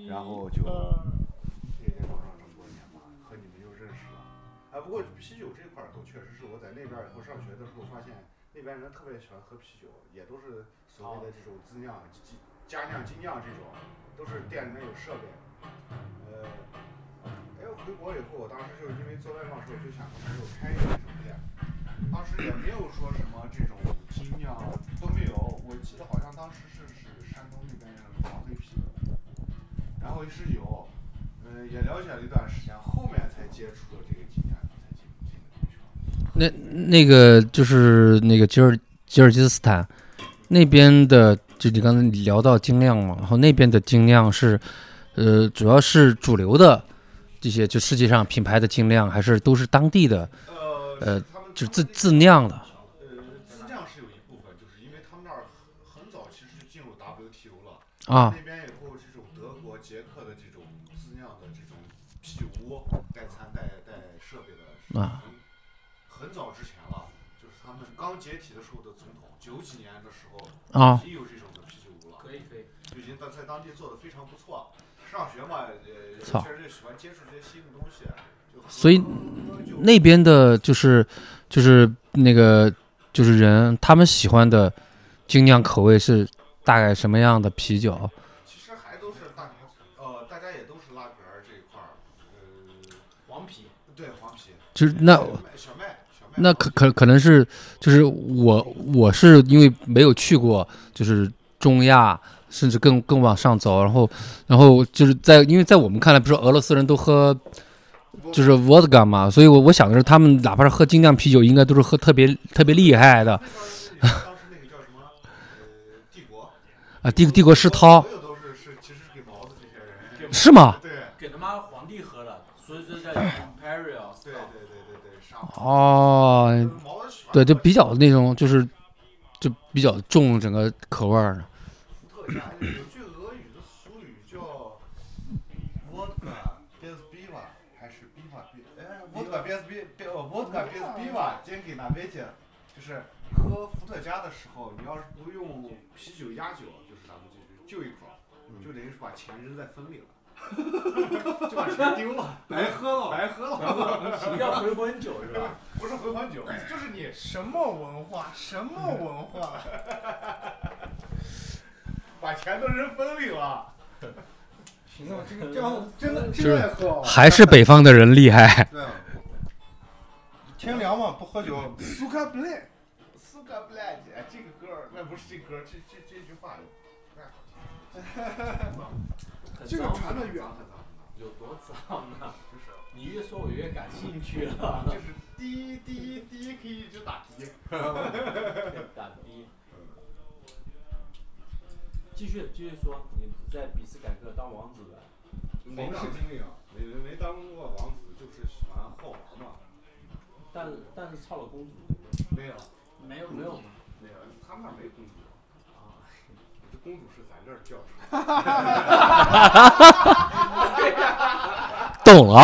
然后就
天天网上这么多年嘛，和你们又认识了。哎，不过啤酒这块儿都确实是我在那边儿以后上学的时候发现，那边人特别喜欢喝啤酒，也都是所谓的这种自酿、精加酿、精酿这种，都是店里面有设备。呃，哎，回国以后，我当时就是因为做外贸的时候就想和朋友开一个这种店，当时也没有说什么这种精酿都没有，我记得好像当时是是山东那边的黄黑啤酒，然后是有。嗯，也了解了一段时间，后面才接触了这个经验，才进进的这个圈儿。
那那个就是那个吉尔吉尔吉斯斯坦那边的，就你刚才聊到精酿嘛，然后那边的精酿是呃，主要是主流的这些就世界上品牌的精酿，还是都是当地的，呃，就自自酿的。
自酿是有一部分，就是因为他们那儿很很早其实就进入 WTO 了
嗯
啊
那边以后这种德国、捷克的这种自酿的这种啤酒屋带餐带带设备的是
啊
很很早之前了，就是他们刚解体的时候的总统，九几年的时候
啊
已经有这种的啤酒屋了，
可以可以，
就已经在在当地做的非常不错。上学嘛，呃，
操
确实就喜欢接触这些新的东西，啊就喝
所以那边的就是就是那个就是人，他们喜欢的精酿口味是大概什么样的啤酒？
其实还都是大呃，大家也都是拉格儿这一块儿，呃，
黄皮，
对黄皮，
就是那
小麦小麦小麦
那可可可能是就是我我是因为没有去过，就是中亚甚至更更往上走，然后然后就是在因为在我们看来，比如说俄罗斯人都喝就是 vodka 嘛，所以我我想的是他们哪怕是喝精酿啤酒，应该都是喝特别特别厉害的。
呃
啊，帝帝国世涛
给
是吗？
给他妈皇帝喝了，所以说 叫 imperial。
对对对对对，上
哦，对，就比较那种就是就比较重整个口味儿的。
特价有句俄语的俗语叫 “vodka b i s b i v a 还是 b i v a 哎，vodka b i s b i vodka b i s b i v a 先给拿别去，就是喝伏特加的时候，你要是不用啤酒压酒，就是咱们就就就一口，就等于是把钱扔在风里 了，就把钱丢了，
白喝了
白喝了，
要回魂酒是吧？
不是回魂酒，就是你
什么文化？什么文化？
把钱都扔风里了。
行啊，这个这样真的
就
真
是
爱喝啊，
还是北方的人厉害。
对啊，天凉嘛，不喝酒，
苏格布莱，苏格布莱，哎，这个歌儿，那不是这歌儿，这这这句话，哎
很
这个
脏
传的远，
很脏很
有多脏啊？
就是
你越说我越感兴趣了。
就是滴滴滴，可以一直打滴。
打的。继续继续说，你在比斯改革当王子了，
没当经理啊，没没当过王子，就是喜欢好玩嘛。
但但是操了公主
没有，
没有
没有
吗？
没有，他们那儿没公主，
啊，
这公主是咱这儿叫出
懂
来
了，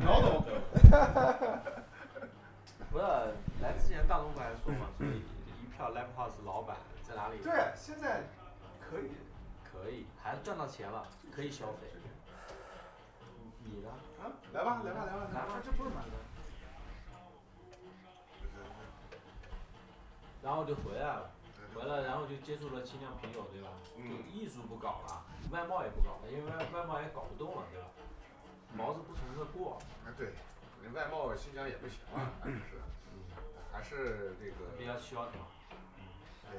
秒懂。不是，来之前大东不还说嘛，说一一票 live house 老板在哪里？
对，现在可以。
可以，还是赚到钱了，可以消费。你呢？
的。啊，来吧，来吧，来吧，
来
来
吧
吧，
这不是买的，
然后就回来了，回来然后就接触了清酿啤酒，对吧？
嗯
就艺术不搞了，外贸也不搞了，因为外外贸也搞不动了，对吧？
嗯
毛子不从这过，
哎对，那外贸新疆也不行啊，还是，还是这个。
比较萧条。
对，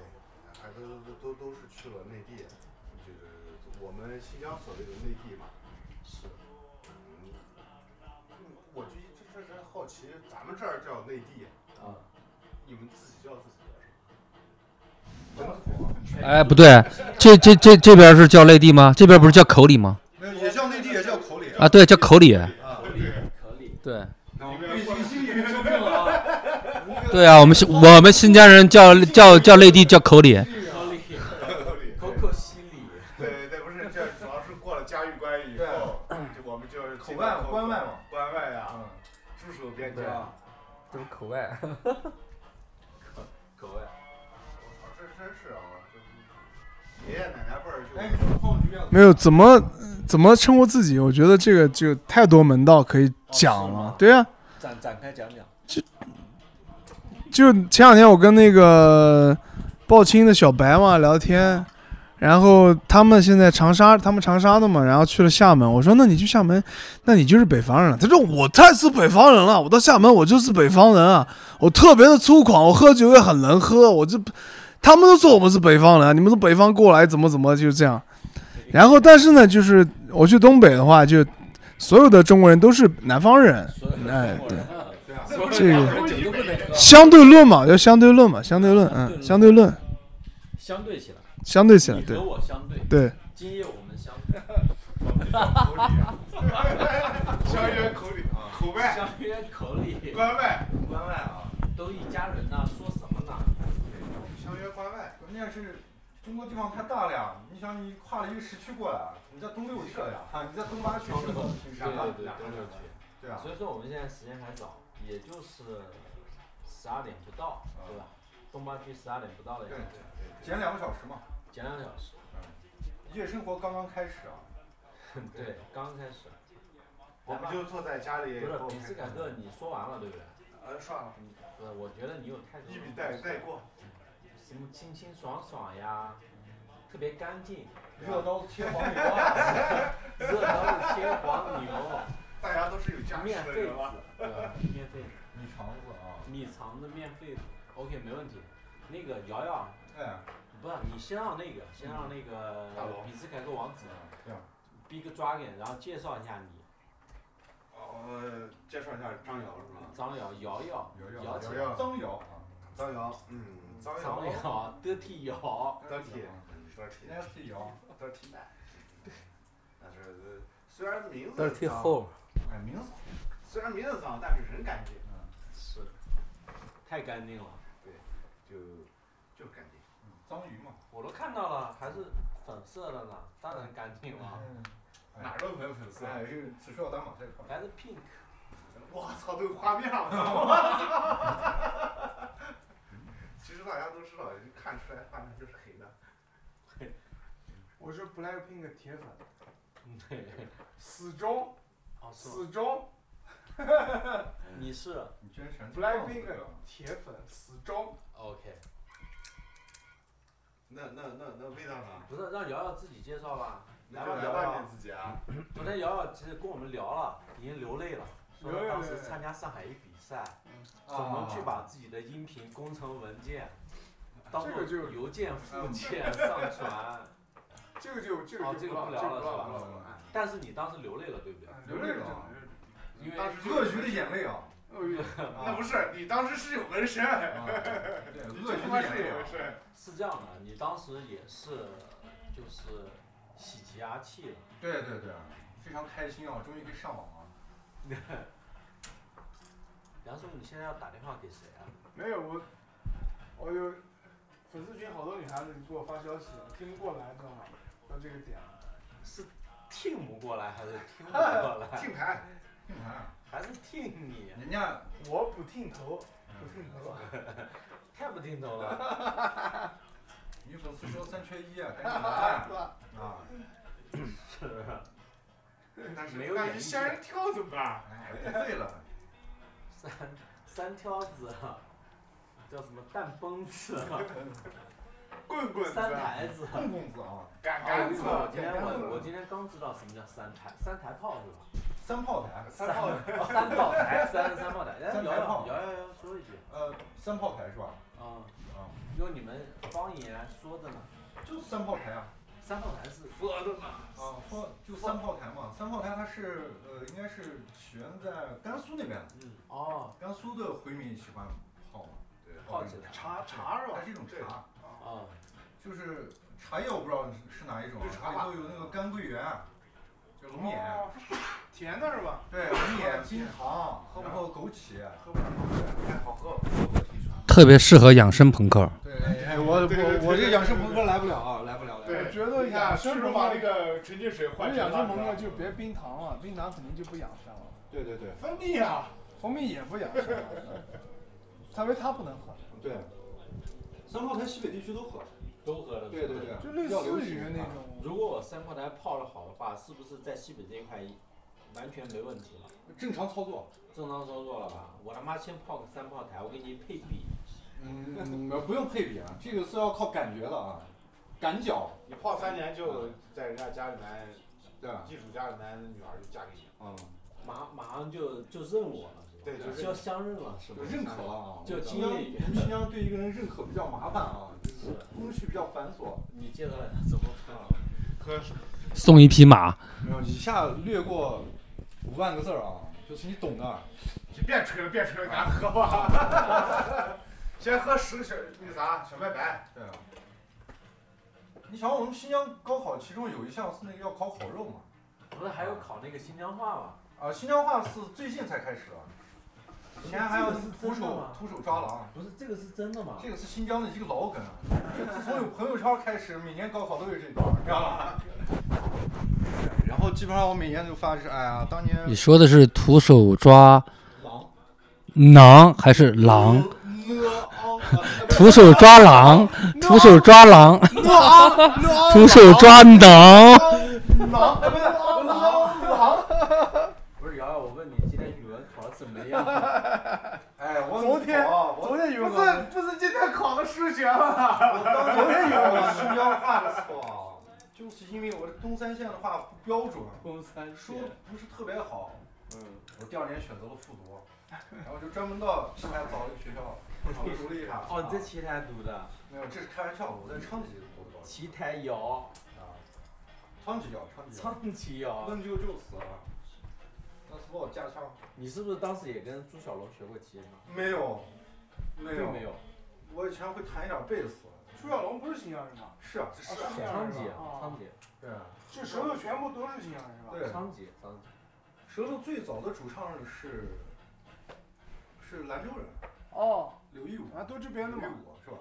还都都都都是去了内地，这个我们新疆所谓的内地嘛，是，嗯，嗯我就一直是在好奇，咱们这儿叫内地，
啊，
你们自己叫自己
哎，不对，这这这这边是叫内地吗？这边不是叫口里吗？
没有也叫内地，也叫口里
啊，对，叫口里。
啊。
可以。
对，
哦叫什么？
对啊，我们新我们新疆人叫叫叫内地叫口里。
可里，可可西里，
对对，不是，这主要是过了嘉峪关以后，就我们就是
口外关外嘛，
关外啊，驻守边疆。
都是口外。
各位，
我操，这真是啊，这爷爷奶奶辈儿就
哎，你说矿区啊
没有怎么怎么称呼自己，我觉得这个就太多门道可以讲
是
了
吗。
对啊呀、
展展开讲讲。
就前两天我跟那个报青的小白嘛聊天，然后他们现在长沙，他们长沙的嘛，然后去了厦门。我说那你去厦门，那你就是北方人了。他说我太是北方人了，我到厦门我就是北方人啊，我特别的粗犷，我喝酒也很能喝，我这他们都说我们是北方人，你们从北方过来怎么怎么 就这样。然后但是呢，就是我去东北的话，就所有的中国人都是南方人，哎，对。这个相对论嘛，就相对论嘛，相对论，嗯，相对论，
相对起来，
相对起来，
你
对
和我相对，
对，
今夜我们相
香，
相约口里，口外，
相约口里，
啊关外，
关外啊，都一家人呐、说什么呢？
相约关外。
关键是中国地方太大了呀！你想，你跨了一个时区过来，啊你在东六去了呀，啊，你在东八去了，
对
然后
对对，都是去。
对啊，
所以说我们现在时间还早，也就是十二点不到，对吧？东八区十二点不到的样子，
减两个小时嘛，
减两个小时。
夜生活刚刚开始啊。
对，刚开始。
我们就坐在家里
不是
后
比
面，
斯凯特，你说完了对不对？
呃，算了，
不是，我觉得你有太多
一笔带带过。
什么清清爽爽呀，特别干净，
热刀切黄牛啊！
热腾切黄牛，
大家都是有家室
面
的
肺
人
子
吧？，
对吧？面肺子，
你肠子啊！
米肠的面肺子，OK 没问题。那个瑶瑶，
哎，
不是你先让那个，先让那个
大佬
比斯凯克王子
对啊
，Big Dragon，然后介绍一下你，
呃，介绍一下张瑶是吧？
张瑶瑶瑶
瑶
瑶
瑶
姐，
瑶张瑶啊，
张瑶，嗯，张
张
瑶，
瑶得体瑶，
啊
得体，得体，
那是瑶，
得体男。但是呃虽然名
但
字
是挺
脏
厚，
哎，名字
虽然名字脏，但是人干净，
是，太干净了。
就就干净。
章鱼嗯嘛，
我都看到了，还是粉色的呢，当然干净了，
嗯
哪
啊都没有粉丝
哎，是此处要打马赛克。
还是 pink。
我操，都有画 面了！我操！其实大家都知道，看出来画面就是黑的。
我是 BLACKPINK 的铁粉，
嗯对，
死忠，
哦是吗？
死忠
你是
你居然全
BLACKPINK 的铁粉，死忠。
OK，
那那那那味道呢？
不是让瑶瑶自己介绍吧？
来
来
吧，
吧，
聊
瑶
聊
瑶
你。自己啊！
昨天瑶瑶其实跟我们聊了，已经流泪了，说
流泪
当
流
时
泪
参加上海一比赛，
啊
嗯
怎么去
啊
把自己的音频工程文件当
啊这个就
做邮件附件上传。
这个 就这个
哦
就
这个
不
不
唠
聊
这个
了
不唠
是吧
不唠了。
啊？
但是你当时流泪了，对不对？
哎
流泪了，
因为
当时就
鳄鱼的眼泪啊！
流泪了
那不是你当时是有纹身，
啊 对，
你
鳄鱼
他妈
的
是
眼泪
有
啊
纹！身。
是这样的，你当时也是就是喜极而泣了。
对对对，非常开心啊，终于可以上网了。
杨叔，你现在要打电话给谁啊？
没有我，我有粉丝群好多女孩子，你给我发消息，我听不过来，知道吗？到这个点了，
是听不过来还是听不过来？
听牌，
你看，
还是听你？
人家
我不听头，不听头。
太不听懂啊了。
女粉丝说三缺一啊，赶紧 来啊！
啊但是
没有
万
演
一
绎
仙人跳怎么办？
啊哎，不会 了，
三三挑子啊，叫什么蛋崩 子啊，
棍棍子，
三台子啊。哎
碰公子啊，
杆杆子，
我今天我我今天刚知道什么叫三台三台炮是吧？
三炮台，
三炮
哦三炮 台，三三炮台。哎，
三
瑶
台
瑶
炮
瑶瑶瑶说一句
呃，三炮台是吧？
啊，
啊，
用你们方言说的呢。
就是三炮台啊。
三炮台是
佛的嘛，
啊，说就三炮台嘛，三炮台它是呃，应该是起源在甘肃那边的，
哦
甘肃的回民喜欢泡嘛，
对
泡起来
茶茶是吧
它？是一种茶，
啊，
就是茶叶我不知道是哪一种啊，
就茶
它里头有那个干桂圆，就龙眼，
哦，甜的是
哦
吧？
对，龙眼、金糖，喝不喝枸杞？啊
喝不了。
太好喝了。
特别适合养生朋克。
对，哎，我我我这养生朋克来不了啊，来不了，来不了。
对，
觉得
你看，
养
是
生
不是
朋
把
克
那个纯净水
我
换成
养生朋
了
克就别冰糖了，冰糖肯定就不养生了。
对对对
蜂蜜啊，蜂蜜也不养生了，特别它不能喝，
对，三炮台西北地区都喝，
都喝了。
对对。对，
就类
要流
似于
行
那
啊
种
如果我三炮台泡的好的话，是不是在西北这一块完全没问题了？
正常操作。
正常操作了吧？我他妈先泡个三炮台，我给你配比，
嗯，不用配比啊，这个是要靠感觉的啊，感脚，
你泡三年就在人家家里面，
对吧？
地主家里面的女儿就嫁给你，
嗯，
马马上就就认我了，是吧？
对就是
就要相认了，是吧
就？认可了啊。
就
新
经
疆，
历
新疆对一个人认可比较麻烦啊，就是工序比较繁琐。
你介绍一下怎么泡？
送一匹马，
没有，以下略过五万个字儿啊，就是你懂的。
就别吹了，别吹了，赶紧喝吧。 先喝十个小那个啥小白白，
对啊。你想我们新疆高考其中有一项是那个要烤烤肉嘛，
不是还有考那个新疆话吗？
啊，新疆话是最近才开始啊，以前还有
这个是
徒
真的
手
吗
徒手抓狼，啊
不是这个是真的吗？
这个是新疆的一个老梗啊，自从有朋友圈开始，每年高考都有这一段，你知道吗？
然后基本上我每年就发就是，哎呀，当年
你说的是徒手抓狼还是狼？徒手抓狼，徒手抓狼，徒手抓狼。
狼，哎不是狼狼，
不是瑶瑶，我问你今天语文考的怎么样？
哎，我
昨天
我
昨天语文
不是不是今天考的数学吗？
当昨天有 我新疆话的错，啊就是因为我这东三县的话不标准，
中三
说的不是特别好。嗯，我第二年选择了复读，然后就专门到上海找了一个学校，然后读了一下。
哦，你在奇台读的，
没有，这是开玩笑，我在昌吉读的高中
奇台瑶，
啊，昌吉要昌吉要，
苍崎瑶，
问就就死啊，那是我家乡。
你是不是当时也跟朱小龙学过吉他？
没有，没
并
有，
没有，
我以前会弹一点贝斯，
朱小龙不是新疆人吗？
是啊，这是
是
啊，
这样
苍
是
崎，
吧？
苍
啊，
崎，
对啊，
这舌头全部都是新疆人是吧？
对啊。
苍崎，苍崎，
舌头最早的主唱是是兰州人
哦，
刘义武，
啊，都这边的
刘义
嘛。
武是吧？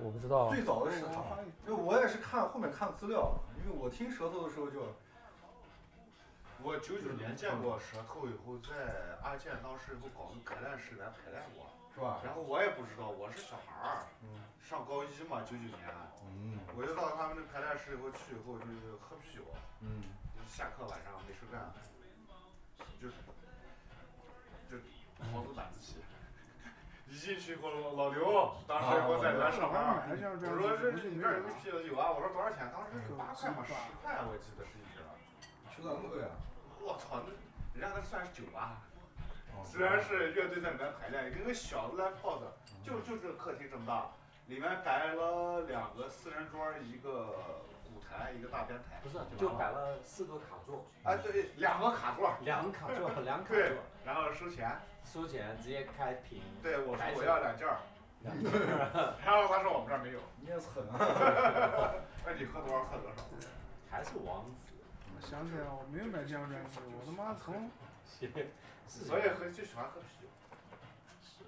我不知道
最早的哦是他
我发现，
因为我也是看后面看资料，因为我听舌头的时候就
我九九年见过蛇头以后，在阿健当时以后搞个排练室来排练过，
是吧？
然后我也不知道，我是小孩儿，
嗯
上高一嘛，九九年，啊
嗯
我就到他们那排练室以后去以后就是喝啤酒，
嗯，
就下课晚上没事干，就就黄子晚自习， 一进去以后老刘当时我在咱上班。
买的像这
我
样
说
子
这
不是
你
你
这儿有
买
个
的
啤酒酒啊？我说多少钱？当时是八块嘛，十块我记得是一瓶儿。
去咱们队啊，
我操，那人家那算是酒吧，
哦
虽然是乐队在里面排练，跟个小子来泡的，就就这客厅这么大，里面摆了两个四人桌，一个舞台，一个大边台
不，是，就摆了四个卡 座，
啊对，两个卡座，
两个卡座， 两个卡
对
座，，
然后收钱，
收钱直接开屏，
对我说我要两件儿，
两个，
然后他说我们这儿没有，
你也是狠啊！
那你喝多少喝多少，
还是王 子，
我想起来了，我没有买这张专辑，我他妈从
是
所以很就喜欢喝啤酒，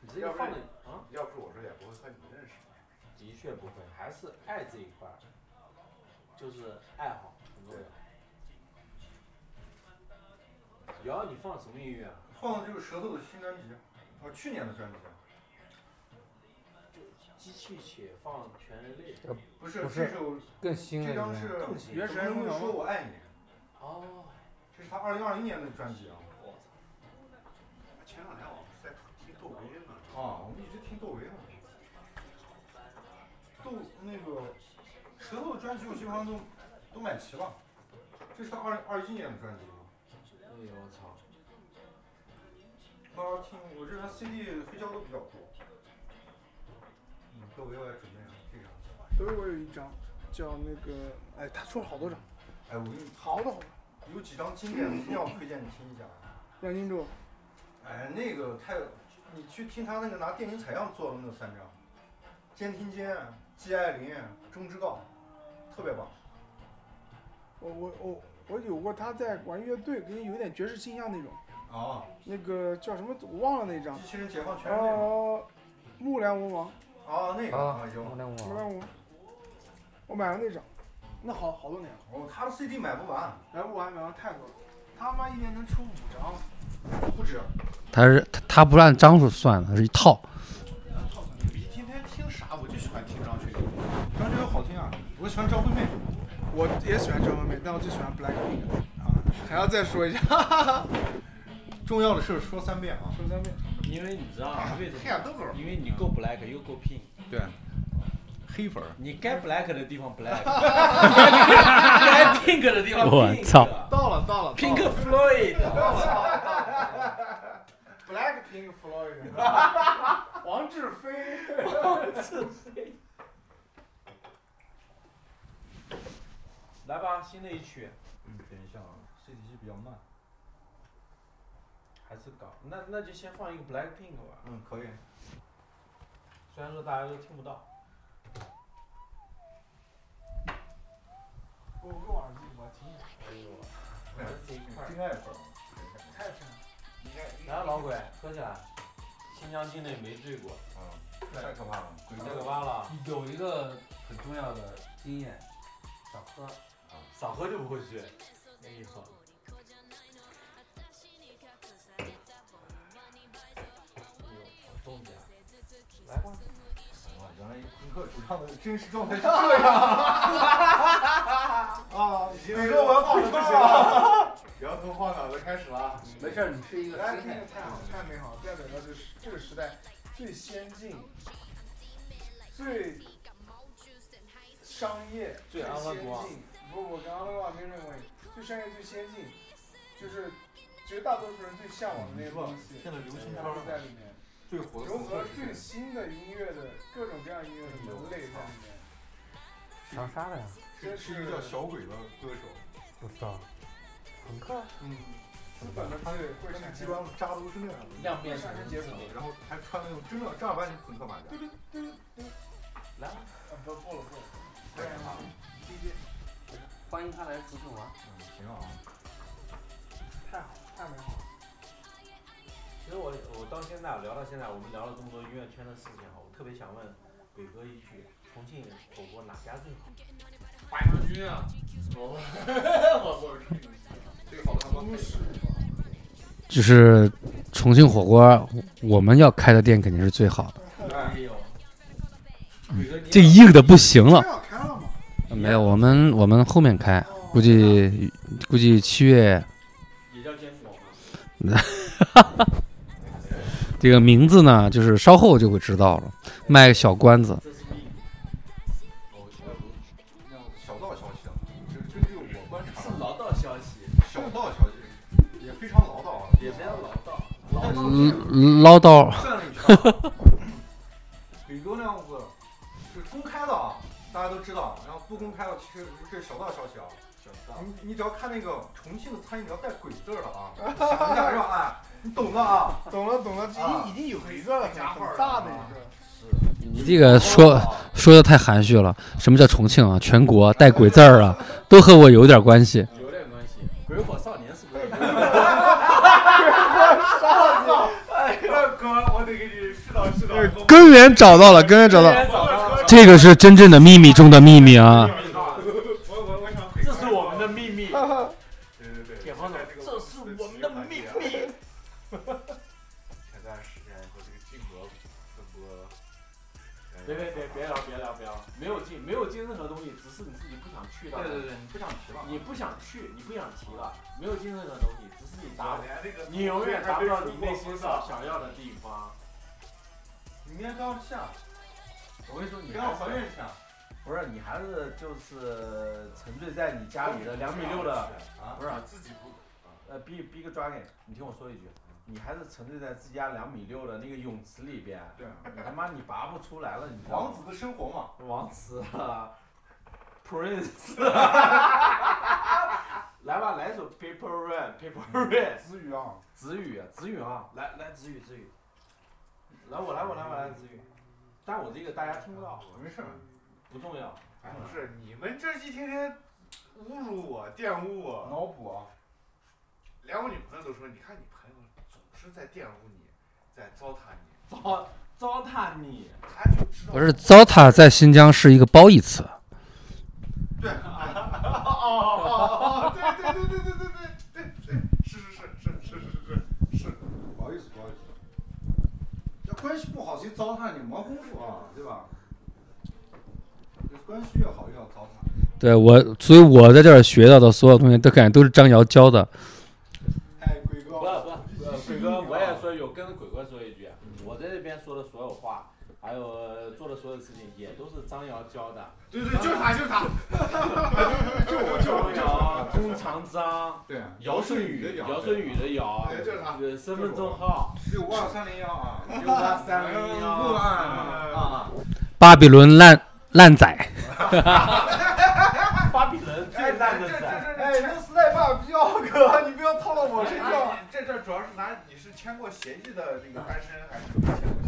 你这个放的啊，
要不是我说也不会和你们认识。
的确不会，还是爱这一块儿，就是爱好很重要。瑶瑶，你放什么音乐啊？
放的就是舌头的新专辑，哦，去年的专辑，
机器且放全人类
不是
不
这
是
首
更新
这
了
张
应
是
该。
《
更新
原
什
始
么
人
人
工
会说
岛，
我爱你》，
哦，
这是他二零二零年的专辑啊。
我操，
前两天我不是在听窦唯呢，
啊，我们一直听窦唯呢。窦那个舌头的专辑我基本上都都买齐了，这是他二二一年的专辑吗？
哎呦我操，
到时候听我这人 CD 黑胶都比较多。嗯，窦唯我也准备了，这个。
都是我有一张，叫那个，哎，他出了好多张，
哎，我给你
好多好多。
有几张经典的，一定要推荐你听一下。啊
梁金柱，
哎，那个太，你去听他那个拿电影采样做的那三张，《监听间》《季爱玲》《钟之高》，特别棒。
我我我我有过他在玩乐队，跟有点爵士倾向那种，
啊，
那个叫什么我忘了那张
机，器人解放全人类嘛。
呃，木兰文王，
哦
啊，那个
啊
啊
哎
有，
木兰文王，我买了那张，那好好多年了，
哦，他的 CD 买不完，
来不完，买完太多了，他妈一年能出五张，
不止。
他是他他不是按张数算的，他是一套。
你天天听啥？我就喜欢听张学友。
张学友好听啊，我喜欢张惠妹。
我也喜欢张惠妹，但我最喜欢 Blackpink，还
啊
要再说一下，
重要的事儿说三遍啊。
说三遍，
因为你知道啊为什么？
豆豆，
因为你够 black 又够 pink，
对，啊黑粉儿。
你该 black 的地方 black，该 pink 的地方 pink。
我操
到了到了
！Pink Floyd，
Blackpink Floyd，王志飞，
来吧，新的一曲
嗯，等一下啊，CD 机比较慢。
还是搞，那那就先
嗯
放一个 Black Pink 吧，
嗯，可以。
虽然说大家都听不到。哎
该也不知道。
太深了。
来老鬼，喝起来。新疆境内没醉过，
嗯
太可怕了，鬼
太 可怕了，
有一个很重要的经验，少喝。
少喝就不会醉。跟你说，哎冻起来。来吧，
啊！原来顾客主唱的真实状态是这 样啊！你说我要泡什么？ 摇头晃脑的开始了啊。
没事，你是一个
哎，这个太好，太美好，代表了这是这个时代最先进、最商业、
最安乐
先
国
进。不，我跟阿拉伯没什么关系，最商业、最先进，就是绝大多数人最向往的那个东西，
嗯现在流行
然
圈
后
儿
在里面
最火
融合最新的音乐的各种各样音乐的门类在里面。
长沙的呀？
这
是一个叫小鬼的歌手，
我操，朋克？
嗯，
资本的
他
积累会
那个
产
鸡
生
巴扎都是那样的，
量变产生质变。
然后还穿那种真的正儿八经朋克马甲，
来吧，
呃不不了不了，
太可怕了。
欢迎他来重庆玩。
嗯，行啊，
太好太美好了。
其实我我到现在聊到现在，我们聊了这么多音乐圈的事情哈，我特别想问鬼哥一句：重庆火锅哪家最好？
白长军啊，我我我这个好的他妈
就是重庆火锅，我们要开的店肯定是最好的，
哎呦，鬼哥你
这硬的不行了
这。要开了吗？
没有，我们我们后面开，估计估计七月
也叫煎火吗？
这个名字呢，就是稍后就会知道了，卖个小关子。
这是秘密，
哦，要不那种小道消息啊，这这就是我观察
是老道消息，
小道消息，也非常唠叨啊，也
也不要老道。
嗯唠叨，
转了一圈啊。鬼哥那样子是公开的啊，大家都知道。然后不公开的，其实这是小道消息啊。你你只要看那个重庆的餐饮，只要带“鬼”字儿的啊，想一下是吧？哎，你懂的啊。
懂了懂了，这
啊
已经已经有一个很很大的一个。
你这个说说的太含蓄了。什么叫重庆啊？全国带鬼字儿啊，都和我有点关系。
有点关系。鬼火少年是不是？
那哥，我得给你试道试道。
根源找到了，根源找到了，这个是真正的秘密中的秘密啊！
我我我想，
这是我们的秘密。
对对对，
铁峰总，这是我们的秘密。
前段时间和这个金额分播，
别别别别聊别聊别聊，没有进没有进任何东西，只是你自己不想去的。
对对对，你不想提了。
你不想去，你不想提了，没有进任何东西，只是你达，
连那个
你永远达不到你内心上想要的地方。
你明天刚下，
我跟你说，你
给我
还
还
是
原一
啊
下
不是你还是就是沉醉在你家里的两米六的，
啊！
不是
自己不
呃逼逼个抓给，你听我说一句，你还是沉醉在自家两米六的那个泳池里边，
对啊，
你他妈你拔不出来了，你知道
王
吗？
子的生活嘛。
王子啊，Prince，来吧，来一首 Paper Rain，Paper Rain。
子宇啊，
嗯子宇啊，子宇啊，来来子宇子宇，来我来我来我来子宇，但我这个大家听不到，
没事儿，
不重要。
哎，不是你们这一天天侮辱我、玷污我，
脑补啊，
连我女朋友都说，你看你朋友总是在玷污你，在糟蹋你，
糟糟蹋你，
他就知道
不是糟蹋在新疆是一个褒义词，
不好意思，不好意思。这关系不好，谁糟蹋你没功夫啊，对吧？这关系越好越要糟蹋。
对我，所以我在这儿学到的所有东西都感觉都是张瑶教的。
哎，鬼哥，
不不，呃鬼哥，我也说有跟鬼哥说一句，啊我在这边说的所有话，还有呃做的所有事情，也都是张瑶教的。
对对，就是他，就是他。
张瑶，弓长张，
对，
啊
尧舜禹，尧舜禹的尧，
对就是他
呃身份证号
六五二三零幺 啊，
六八三零
六
幺，
二啊，
巴比伦烂烂仔，
巴比伦最烂的仔。
哎，你这 slap 不要哥，你不要套到我身上。
哎，你这这主要是拿你是签过协议的那个单身，还是没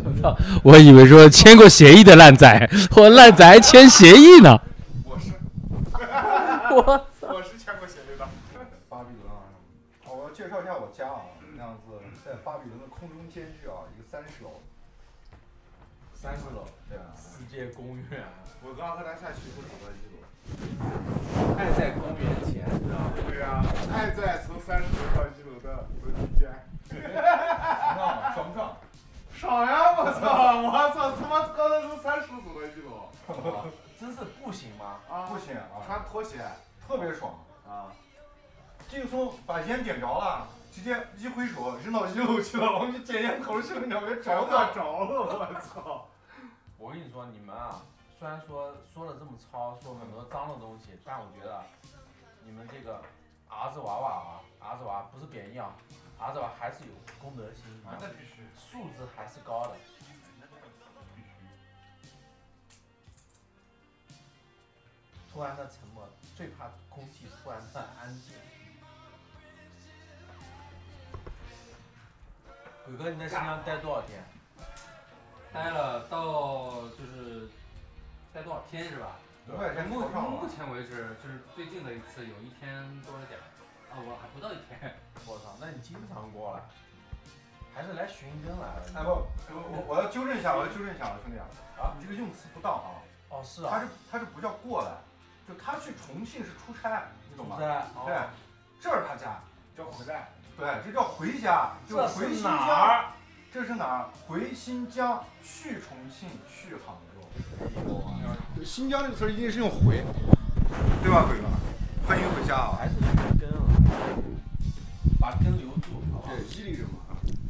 签过协议？
我以为说签过协议的烂仔，我烂仔还签协议呢。
我是，我是签过协议的。
巴比伦啊，
哦，
我介绍一下我家啊，那样子
嗯
在巴比伦的空中监狱啊，一个三十楼，三十楼，对啊，
世界公园，
我刚和他下去就找到一楼。
爱在公元前，知道吗？
对呀、爱在从三十楼到一楼的楼梯间。
爽不爽？
爽呀！我操！我操！他妈刚才从三十走到一楼，
真是步行吗？
啊
不行啊，
穿拖鞋，
特别爽。
啊，
劲松把烟点着了，直接一挥手扔到一楼去了，我们就捡烟头去了，你知道没？着
找不
了，
着了，我操！
我跟你说，你们啊，虽然说说的这么糙，说很多脏的东西，但我觉得你们这个儿子娃娃啊，儿子娃不是贬义啊，儿子娃还是有公德心，
啊那必须，
素质还是高的。突然的沉默，最怕空气突然的安静。鬼哥，你在新疆待多少天？
待了到就是待多少天是吧？啊
五百钱
哎目
头上
目
了。
前为止就是最近的一次有一天多了点儿，啊，我还不到一天。
我操，那你经常过来，还是来寻根来了？
哎不，我我我要纠正一下，我要纠正一下，兄弟啊，
啊
你这个用词不当啊，
哦，是
他
啊，
是他是不叫过来，就他去重庆是出差，你懂
住
吗？
在
对
哦，，
这是他家，
叫回来。
对，这叫回家，就是
这
回
是
新
哪
疆。
儿？
这是哪儿？回新疆，去重庆，去杭州。
哎
新疆这个词儿一定是用回，
对吧，鬼哥？欢迎回家啊！
还是寻根啊，把根留住，好吧？
对，伊犁人嘛。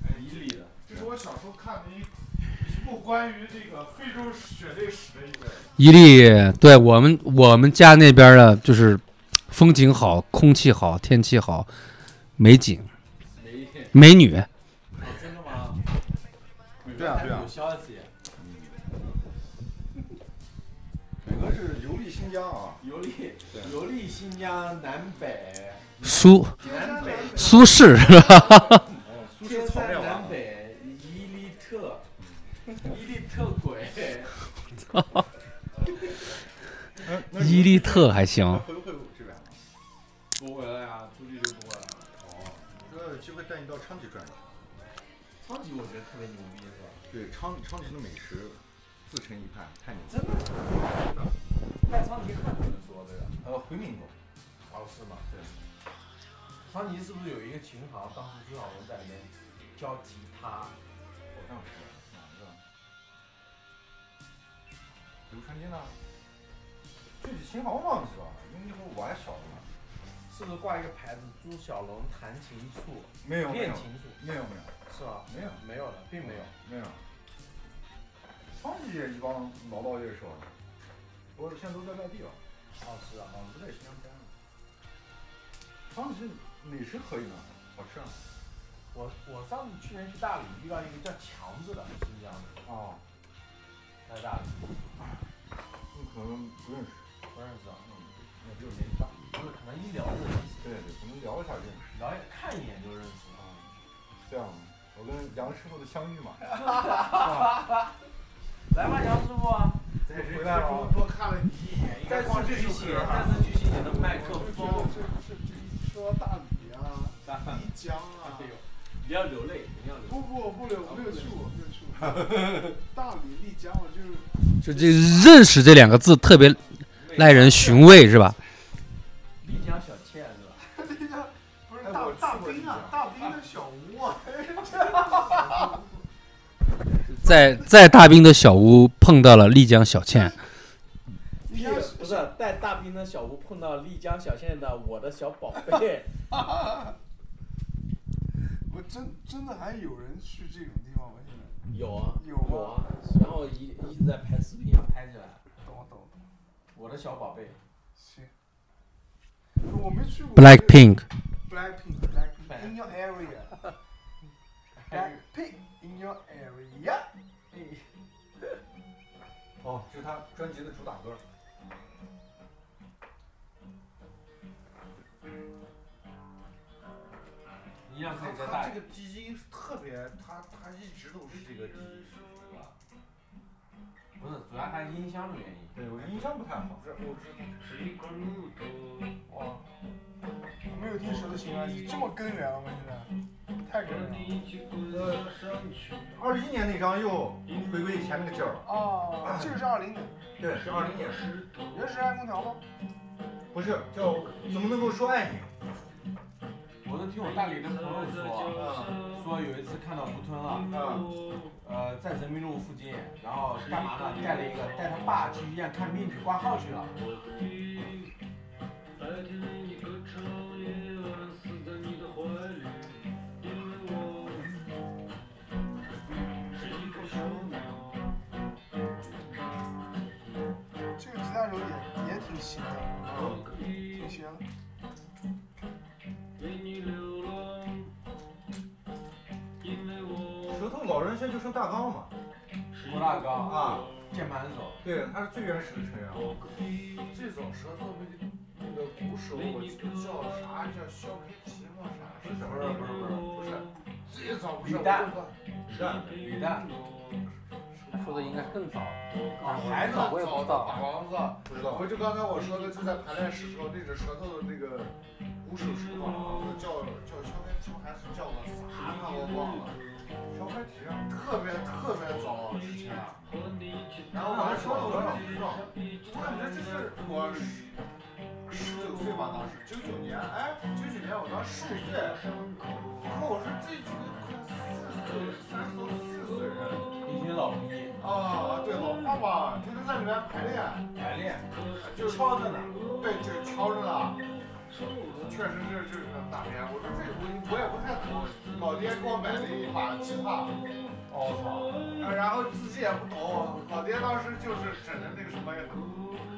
哎
伊犁的，
这是我小时候看的一一部关于这个非洲血泪史的一个。
伊犁，对我们我们家那边的就是风景好，空气好，天气好，美景
没
美女。
哦真的吗？
对啊对啊
有消息，
北哥是游历新疆啊，
游历游历新疆南北，
苏
南北
苏轼，
苏
天
轼草
山
甸
南
王。
北伊犁特，伊犁特鬼，
伊犁特还
啊
行。
回不回这边？啊
不回来啊，出去就不回来了。
这有机会带你到昌吉转一转。
昌吉我觉得特别牛逼，是吧？
对，昌昌吉的美食自成一派，太牛了。
真的，在昌吉看他们说这个，
呃，回民国，
哦是吗？对。昌吉是不是有一个琴行？当时朱晓龙在里面教吉他，
好像是哪个？流川金呢？
具体情况我忘记了，因为那会儿我还小呢。
是不是挂一个牌子“朱小龙弹琴处
没”有，没有
练，琴处
没有，没有，
是吧？
没有，
没有了，并没有。
没有。昌吉也一帮老老乐手，不过现在都在外地了，
哦，是啊
啊，，不在新疆待了。昌吉美食可以呢，好吃啊。
我我上次去年去大理遇到一个叫强子的新疆的，
啊，
在大理
你可能不认识，
不认识啊，
也只有年纪大。
不是可能一聊就认识，
对对，可能聊一下认识。
聊一看一眼就认识了。
啊，这样，我跟杨师傅的相遇嘛，
来吧，杨师傅啊，
在人
回来了
中多看了啊你一眼，应该
再
光
次
这
举
首
起，
歌
再
啊。
次举起你的麦克
这
风，
这这说到大理啊，丽江啊，
不要流泪，不要流泪。
不不我不留，我没有去过，没有去过。大理、丽江，我就是
就这“认识”这两个字特别耐人寻味，是吧？
丽江小倩是吧？
那个不是
哎
大
我去
大
过丽
兵啊
江，
大兵的小屋啊，
在在大兵的小屋碰到了丽江小倩，
丽江
不是带大兵的小吴碰到丽江小县的 我的小宝贝，
我真真的还有人去这种地方吗？现在
有啊
有
有
吗？
啊，然后一一直在拍视频，
拍起来，
懂了懂了懂了，
我的小宝贝，
行。我没去过
Black Pink，
Blackpink Blackpink in your area Blackpink in your area
哦，是他专辑的主打歌。
一样可以在大
他
理
这个低音特别，他他一直都是这个低音，是吧？
不是，主要还是音箱的原因。
对我印象不太好。
不是，我是
我没有
有听谁的新专辑这么根源了吗？现在太根源了。
二一年那张又回归以前那个劲儿了。
哦，这个是二零年，
对，是二零年。
原始爱空调吗？
不是叫怎么能够说爱你？
我是听我大理的朋友
啊
说，说有一次看到吴吞了，呃，在人民路附近，然后干嘛呢？带了一个带他爸去医院看病去挂号去了。
这个吉他手也也挺行的，挺行。
舌头老人现在就剩大纲嘛。
郭大哥
啊，
键盘手。
对，他是最原始的成员。
这种舌头那个鼓手，我记得叫啥？叫肖佩奇吗？啥？是什么？
不是不是
不是，最早不是
李诞
我
李诞，李诞，
说的应该更早，
哦
啊，孩子，
我也不知
早的
道
把。王子，
不知道。
啊回就刚才我说的，就在排练室时候，那只舌头的那个鼓手是把王子叫叫肖佩奇还是叫个啥呢？我忘了，
小孩提啊，
特别特别早之前啊。然后我还说了，我说这种，我感觉这是我十九岁吧，当时九九年，哎，九九年我当十五岁，然后我说这这个快四十岁，三十多四十岁人
已经老逼，
啊，对，老爸爸天天在里面排练，
排练，
就是
敲着呢。
对，就是敲着呢。确实是就是打边，我说这我我也不太懂，老爹给我买了一把吉他，
我操，
啊然后自己也不懂，哦老爹当时就是整的那个什么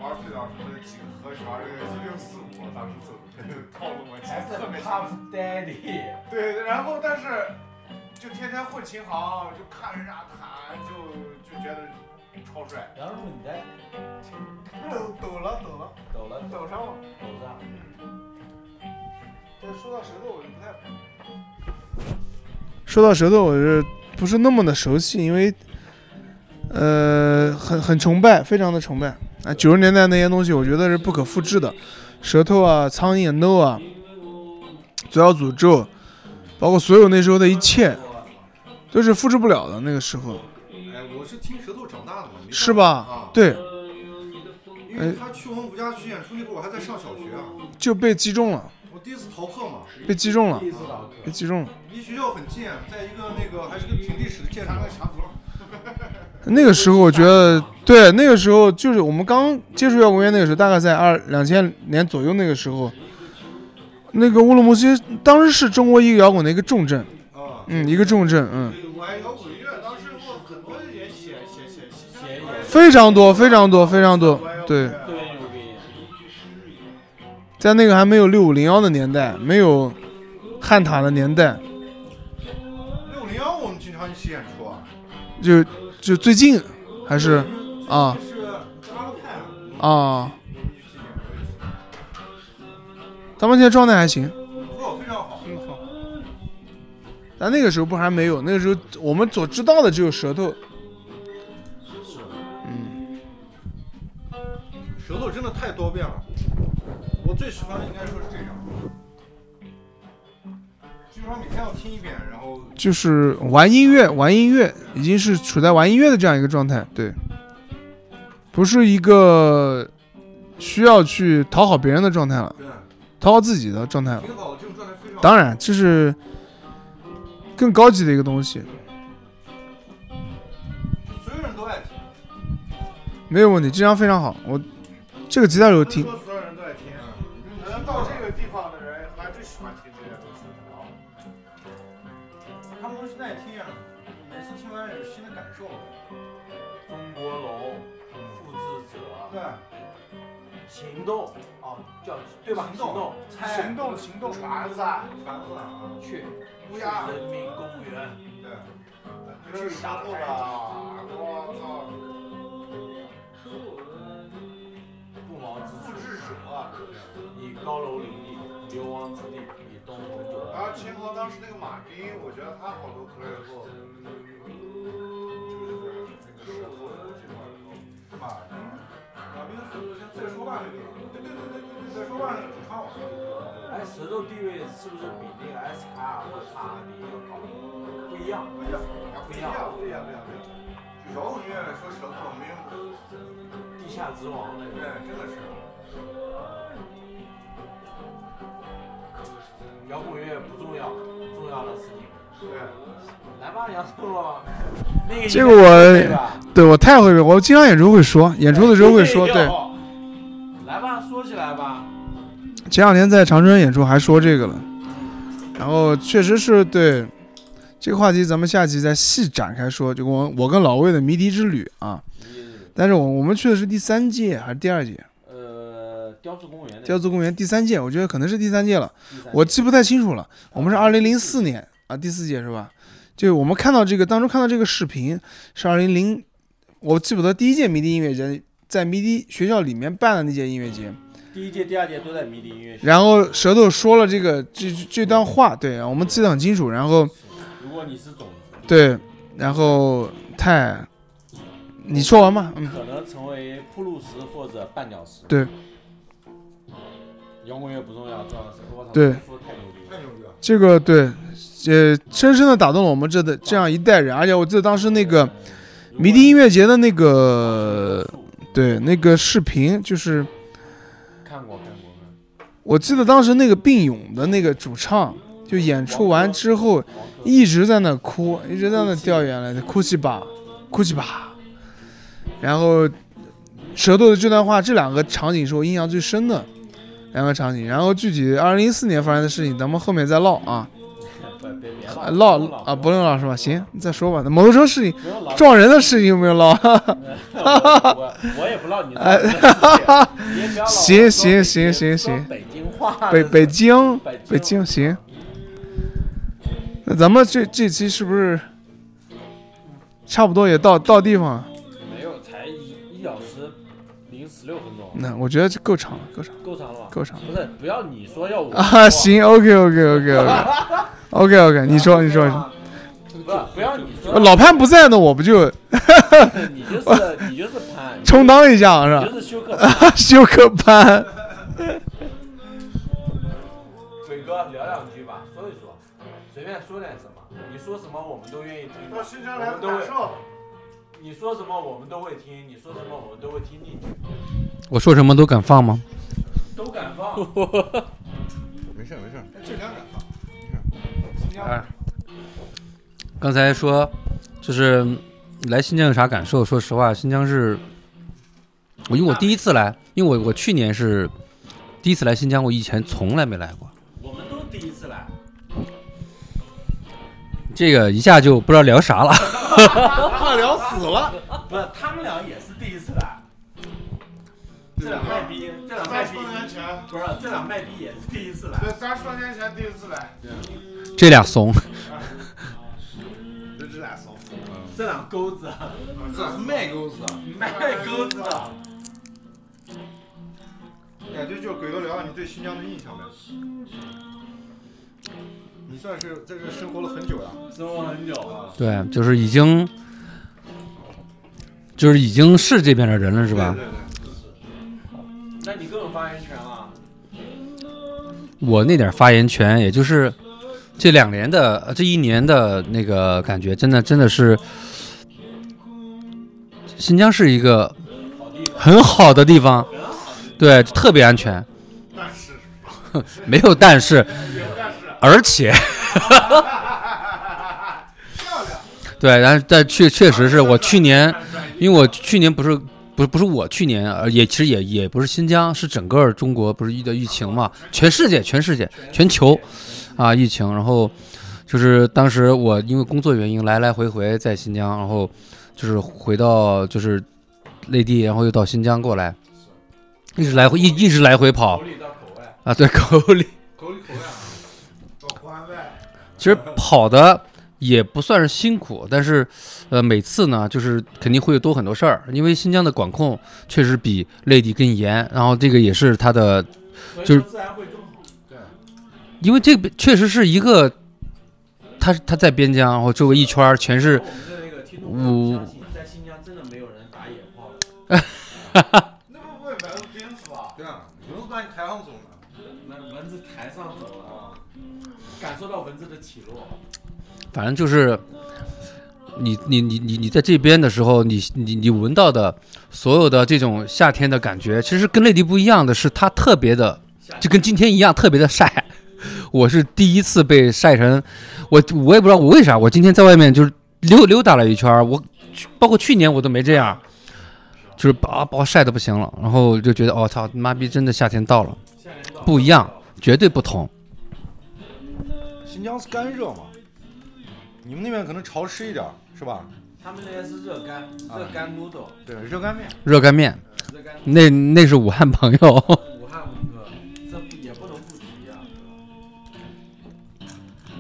玩最早什么几个和弦，这个一六四五，当时走的那个套路我记
还是
得特别清
Puff
楚。
Daddy，
对，然后但是就天天混琴行，就看人家弹，就就觉得超帅。
然后你在
抖抖了抖了，
抖了
抖上了。
抖上，
这说到舌头，我就不太
说到舌头，我是不是那么的熟悉？因为，呃，很很崇拜，非常的崇拜啊！九十年代那些东西，我觉得是不可复制的，舌头啊、苍蝇 no 啊、左小诅咒，包括所有那时候的一切，都是复制不了的。那个时候
哎，我是听舌头长大的嘛。没办法
是吧
啊？，
对，哎
因为他去我们五家区演出那会儿，我还在上小学啊，
就被击中了，
我第一次逃课嘛，
被击中了
第，一次导
被击中了。
离学校很近，啊在一个那个还是个平地式的建筑。
那个时候我觉得，对，那个时候就是我们刚接触摇滚乐那个时候，大概在二两千年左右那个时候，那个乌鲁木齐当时是中国一个摇滚的一个重镇，
啊，
嗯，一个重镇，嗯，
我爱摇滚乐，当时我很多也写写写写
协议，
非常多，非常多，非常多，对，
特别牛逼。
在那个还没有六五零幺的年代，没有汉塔的年代，
六零幺我们经常一起演出啊，
就就最近还是啊
是阿勒泰，
啊，咱们现在状态还行。
不是我非常好。
但那个时候不还没有，那个时候我们所知道的只有舌头。嗯，
舌头真的太多变了，我最喜欢的应该说是这张，基本上每天要听一遍，然后
就是玩音乐，玩音乐已经是处在玩音乐的这样一个状态，对，不是一个需要去讨好别人的状态了，
对，
讨好自己的状态了。
挺好，这种状态非常好。
当然，这是更高级的一个东西，
所有人都爱听，
没有问题，这张非常好。我这个吉他手
不 是
挺
说所有人都爱听，
嗯
可能到这个地方的人还最喜欢听这些东西。啊
他们都是爱听啊，每次听完有新的感
啊
受。
中国龙，复制者，
对，
行动，哦，啊叫对吧？
行
行
动
动，猜
行动行动
船子啊，
传过来啊，
去
乌鸦，
人民公园，
对，
这是啥的？我操！
不毛之
复
地，
制者，
以高楼林立，流亡之地，以东恒久
然后秦昊当时那个马斌，我觉得他好多歌以后，就是那个舌头的这块儿以后，
马
哎，舌头地位是不是比那个 S 卡尔或者卡比要高？不一样，
不一样，不一样，不一样，不一样，就摇滚乐说舌头没有
地下之王那
对，真的是。
摇滚乐不重要，重要的是你
对，
来吧，杨树了，那个
这个我对我太会背，我经常演出会说，演出的时候会说。 对，，
来吧，说起来吧，
前两天在长春演出还说这个了，然后确实是对这个话题，咱们下期再细展开说。就我我跟老魏的迷笛之旅啊，但是我我们去的是第三届还是第二届？
呃，雕塑公园那
雕
个，
塑公园第三届，我觉得可能是第三届了，我记不太清楚了。我们是二零零四年啊，第四届是吧？就我们看到这个当初看到这个视频是二零零，我记不得第一届迷笛音乐节在迷笛学校里面办的那届音乐节，
第一届、第二届都在迷笛音乐学
然后舌头说了这个这这这段话，对我们记得很清楚。然后
如果你是种子，
对，然后太，你说完吧，嗯，
可能成为铺路石或者绊脚石。
对，
摇滚乐不重要，重要的是我操，
对
这说得太牛逼了，太牛逼了。
这个对，呃，深深的打动了我们这的这样一代人，而且我记得当时那个迷笛音乐节的那个，对那个视频，就是
看过看过看过，
我记得当时那个并勇的那个主唱，就演出完之后一直在那哭，一直在那掉眼泪，哭泣吧，哭泣吧。然后舌头的这段话，这两个场景是我印象最深的两个场景。然后具体二零一四年发生的事情，咱们后面再唠啊。
别别别
啊唠啊，不用唠是吧？行，你再说吧。摩托车事情，撞人的事情有没有唠？
我我也不唠你
哎
撞人的事情也不要，唠
行行行行行，
北京话这
北
是
北京
北
北京行。那咱们这这期是不是差不多也到到地方了？
没有才一一小时零十六分钟，
那我觉得这够长了，够长了，
够长了吧？
够长了
不是，不要你说要我
啊！行，OK OK OK OK OK OK，你说你说，
不是不要你说，
老潘不在呢，我不就
你就是你就是潘，
充当啊一下是吧？
你就是休克潘
休克潘。
鬼哥聊两句吧，说一说，随便说点什么，你说什么我们都愿意听，
到新疆来
我们都会
感受。
你说什么我们都会听，你说什么我们都会听进去，
我说什么都敢放吗？
都敢 放。
没事没事，
这两感
哎，刚才说就是来新疆有啥感受？说实话，新疆是，我因为我第一次来，因为我我去年是第一次来新疆，我以前从来没来过。
我们都第一次来，
这个一下就不知道聊啥了。
快
聊死了。
不是，他们俩也是第一次来。这俩卖逼，这俩卖逼，不是这俩卖逼也是第一次来。
对，三十多年前第一次来。
这俩怂，
这这俩骚货，
这俩钩子，
这是卖钩子，
啊卖钩子啊的。
哎，对，就是鬼哥聊聊你对新疆的印象呗。嗯你算是在这生活了很久呀、
生活很久
啊。
对，就是已经，就是已经是这边的人了，是吧？
那你更有发言权啊了。
我那点发言权，也就是这两年的、呃这一年的那个感觉，真的真的是，新疆是一个很好的地方，对，特别安全。 没有但是，而且， 对，然后但确确实是我去年，因为我去年不是不是不是我去年，呃，也其实也也不是新疆，是整个中国不是遇到疫情嘛，全世界全世界全球啊疫情，然后就是当时我因为工作原因来来回回在新疆，然后就是回到就是内地，然后又到新疆过来，一直来回一一直来回跑啊，对， 口里。
口里口外，啊到关外。
其实跑的也不算是辛苦，但是，呃，每次呢，就是肯定会有多很多事儿，因为新疆的管控确实比内地更严，然后这个也是它的，就是
自然会更好。对，
因为这个确实是一个，它它在边疆，然后周围一圈儿全是
我们的那个听众朋友
五
相信，在新疆真的没有人打野炮的。
哈哈，
那不
啊
能蚊子台上走了，啊感受到蚊子的起落。
反正就是你你你你你在这边的时候，你你你闻到的所有的这种夏天的感觉，其实跟内地不一样的是，它特别的，就跟今天一样特别的晒。 我是第一次被晒成，我我也不知道我为啥，我今天在外面就是溜溜达了一圈儿，我去包括去年我都没这样，就是把把我晒的不行了，然后就觉得哦操妈逼，真的夏天到了，不一样，绝对不同。
新疆是干热嘛，你们那边可能潮湿一点儿是吧？
他们那边是热干
啊
热干 noodle，
对，热干面。
热干面
热干，
那那是武汉朋友。
武汉文哥，这不也不能不提呀、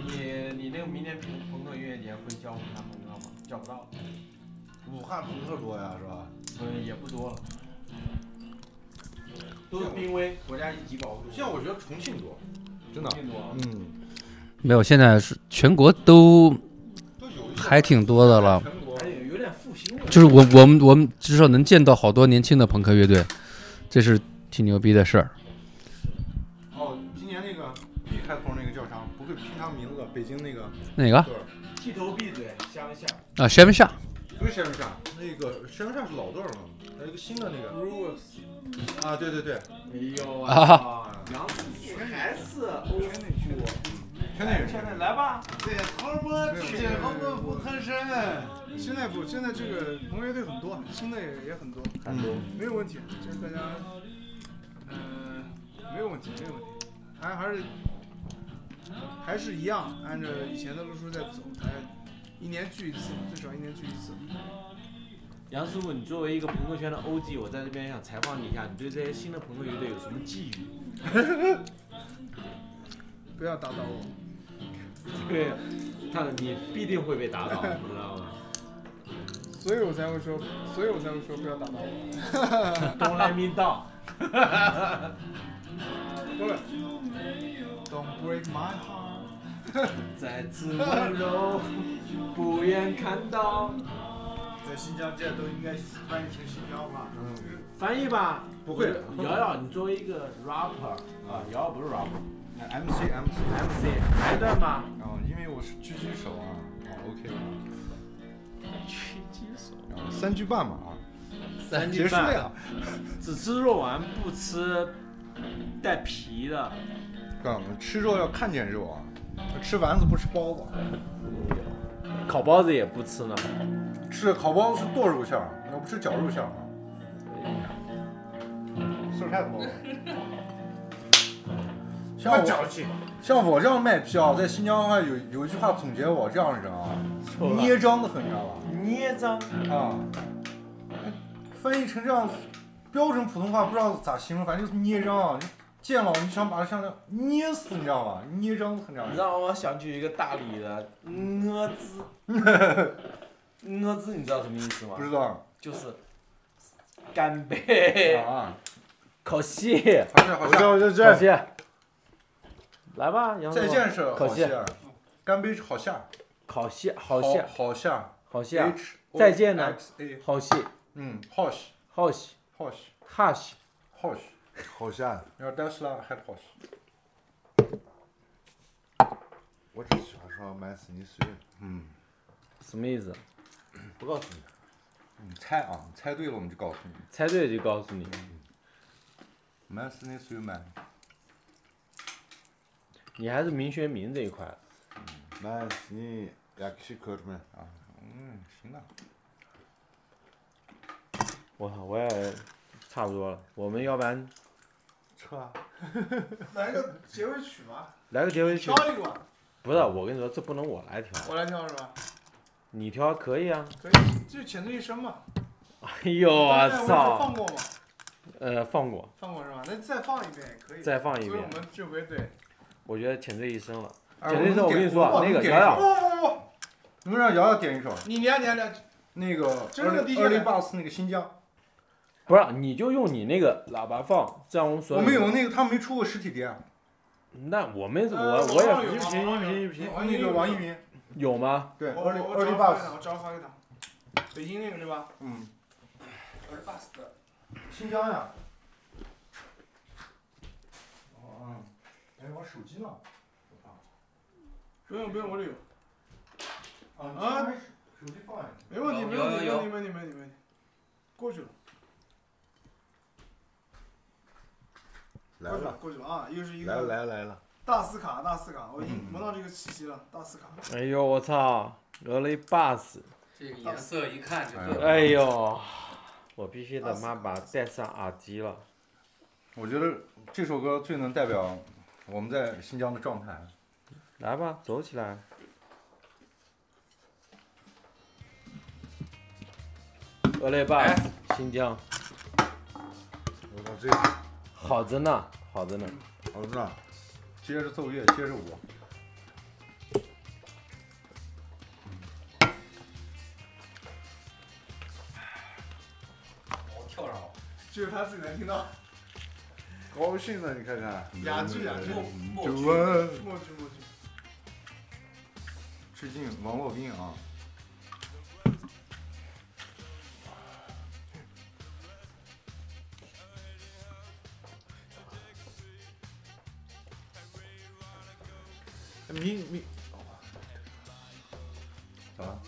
你你那个明年朋朋克音乐节会叫武汉朋克吗？叫不到，
武汉朋克多呀，是吧？
所以也不多了，都是濒危国家一级保护。
像我觉得重庆多，真的。嗯，
没有，现在是全国都还挺多的了。就是我我们我们至少能见到好多年轻的朋克乐队，这是挺牛逼的事儿。
哦，今年那个 B 开头那个叫啥？不会拼他名字，北京那个
哪个
剃头闭嘴，乡 下。
啊？山下
不是山下，那个山下是老段儿嘛，还有一个新的那个。啊，对对对。
哎呦
啊！
杨子树还是
圈内人，
现在来吧，
对，豪门
解放
门不吭声。现在不，现在这个朋友乐队很多，新的也也很多，
嗯
很多
没有问题，就是大家，嗯、没有问题，没有问题，还还是还是一样，按照以前的路数在走，还一年聚一次，最少一年聚一次。
杨师傅，你作为一个朋克圈的 OG，我在这边想采访你一下，你对这些新的朋克乐队有什么寄语？
不要打倒我，
对，啊他你必定会被打倒，你知道吗？
所以我才会说，所以我才会说不要打倒我。
东来咪道，。
不是，Don't break my heart
再次温柔，不愿看到。
在新疆这都应该翻译成新疆话。嗯，
翻译吧，
不会
瑶瑶，你作为一个 rapper 啊，瑶瑶不是 rapper，MC
MC MC，
来一段吧。
然后因为我是狙击手啊，啊 OK 吧。狙击手。然后三句半嘛啊，
三
结束了呀。
只吃肉丸不吃带皮的，
干嘛？吃肉要看见肉啊，吃丸子不吃包子，
烤包子也不吃呢。
吃烤包子是剁肉馅儿，那不吃绞肉馅儿吗？事儿太多了。 像我
气。
像我这样卖批啊，在新疆的话有有一句话总结我这样的人啊，
了
捏张的很，你知道吧？
捏张，
啊，翻译成这样子，标准普通话不知道咋形容，反正就是捏张啊，就见了你想把它像这样捏死，你知道吧？捏张很
你
张。
让我想起一个大理的我 子，我子你知道什么意思吗
不？知道
就是干杯，
啊？
烤蟹，
好像好像
就
烤蟹。来吧，杨
再
总
见是好
烤蟹
馅儿，干杯是好馅儿，
烤蟹，好蟹，
好哎馅儿
好蟹啊，
，H
再见呢
X A，
好蟹，
嗯，Hosh
好蟹，
Hosh
哈蟹，
Hosh，
好像
然后 Dasla Head Hosh，
我只喜欢说买死你随便。
嗯，
什么意思？
不告诉你，你猜啊，你猜对了我们就告诉你
猜对就告诉你。
，Man s n i s u Man，
你还是民学民这一块，
买死你也去可什么？
嗯，行了，
我操，我也差不多了。我们要不然
撤啊，
来个结尾曲吧，
来个结尾曲
挑？一个吧，
不是，我跟你说，这不能我来挑，
我来挑是吧？
你挑可以啊。
可以，就浅醉一生嘛。
哎呦，我
刚才是
操
放！过吗？
呃，放过，
放过是吧？那再放一遍也可以。
再放一
所以我
遍。
们这回对，
我觉得浅醉一生了。
哎
简直是
我
我
们
跟你
点
说啊，
我们
那个
点
瑶
一
瑶，
不不不，
你们让瑶瑶点一首，
你俩你俩你俩，
那个
真是
Early
DJ
Early
来
Bus 那个新疆，
不是，你就用你那个喇叭放，这样我们所
我
有
们有
人。
那个他们没出过实体碟，
那我们我
呃
我
网上
也
有
平
吗
平
网上
平
有
平
网
那个网易云，
有吗？
对
我我
，Early
我找
Early
发给他，
Bus，
我找发给他。北京那个对吧？
嗯，
我是 bus 的。
新疆呀，哦，嗯，
手机呢？
不用不用，我这有。
啊，手机放下去。
没问题，
有
没问题，没
有
问题，没问题，没问题。过去了，
来
过去了
了，，
过去了啊！又是一
来
个
来来了，
大斯卡，大斯卡，我已
嗯
经闻到这个气息了，大斯卡。
哎呦，我操，俄雷巴斯！
这个颜色一看就对了。
哎呦，我必须他妈把戴上耳机了。
我觉得这首歌最能代表我们在新疆的状态。
来吧，走起来。俄雷巴斯，新疆，
我靠，这
好着呢，好着呢。
好着呢，接着奏乐，接着舞。
跳上了。
只有他自己能听到。
高兴呢，你看看。
哑剧哑剧
莫去
莫去莫去。
致敬王洛宾啊！你你，咋了？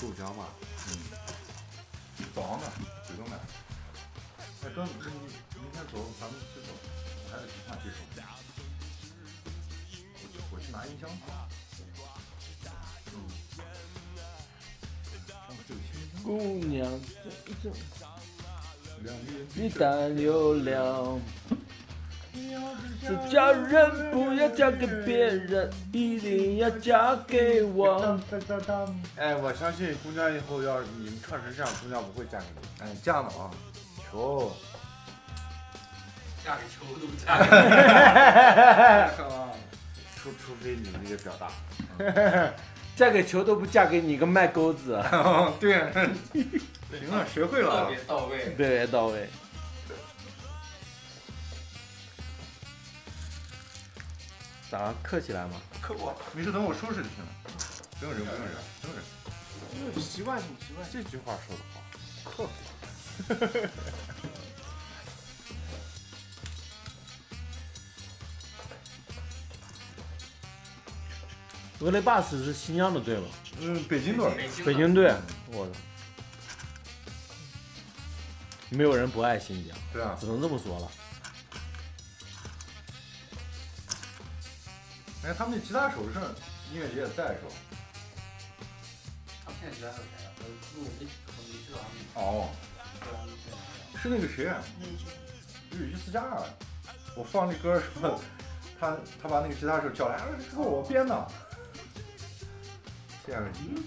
豆浆吧，嗯，早上买，谁都买。哎，哥，你你明天走，咱们去走，我还得去看这首。我去，我去拿音箱。嗯。让我自己听
姑娘，
两粒
你太流量，
是
是嫁人不要嫁给别人，一定要嫁给我。
哎，我相信姑娘以后要是你们唱成这样，姑娘不会嫁给你。
哎，嫁了啊！
求。
嫁给球都嫁给
除除非你们这个表达。
嗯 嫁给球都不嫁给你个卖钩子。啊
对，行
啊
了，学会了
特。别到位。
特别到位。咋了？客起来嘛？
刻薄。
你是等我收拾就行了，不用人，不用人，不用人。
因为习惯性，习惯性。
这句话说的好。
客
俄雷巴斯是新疆的队吗？
嗯，北京队
北京
北京队，我的，没有人不爱新疆，
对啊
只能这么说了。
哎，他们那吉他手是音乐节也在是吧？
他们现在还有谁啊？呃陆没我没知道他们
哦，
对啊陆队
是那个谁，啊日语斯加尔，啊我放那歌儿什
哦
么，他他把那个吉他手叫来，啊这歌我编的，这样，
嗯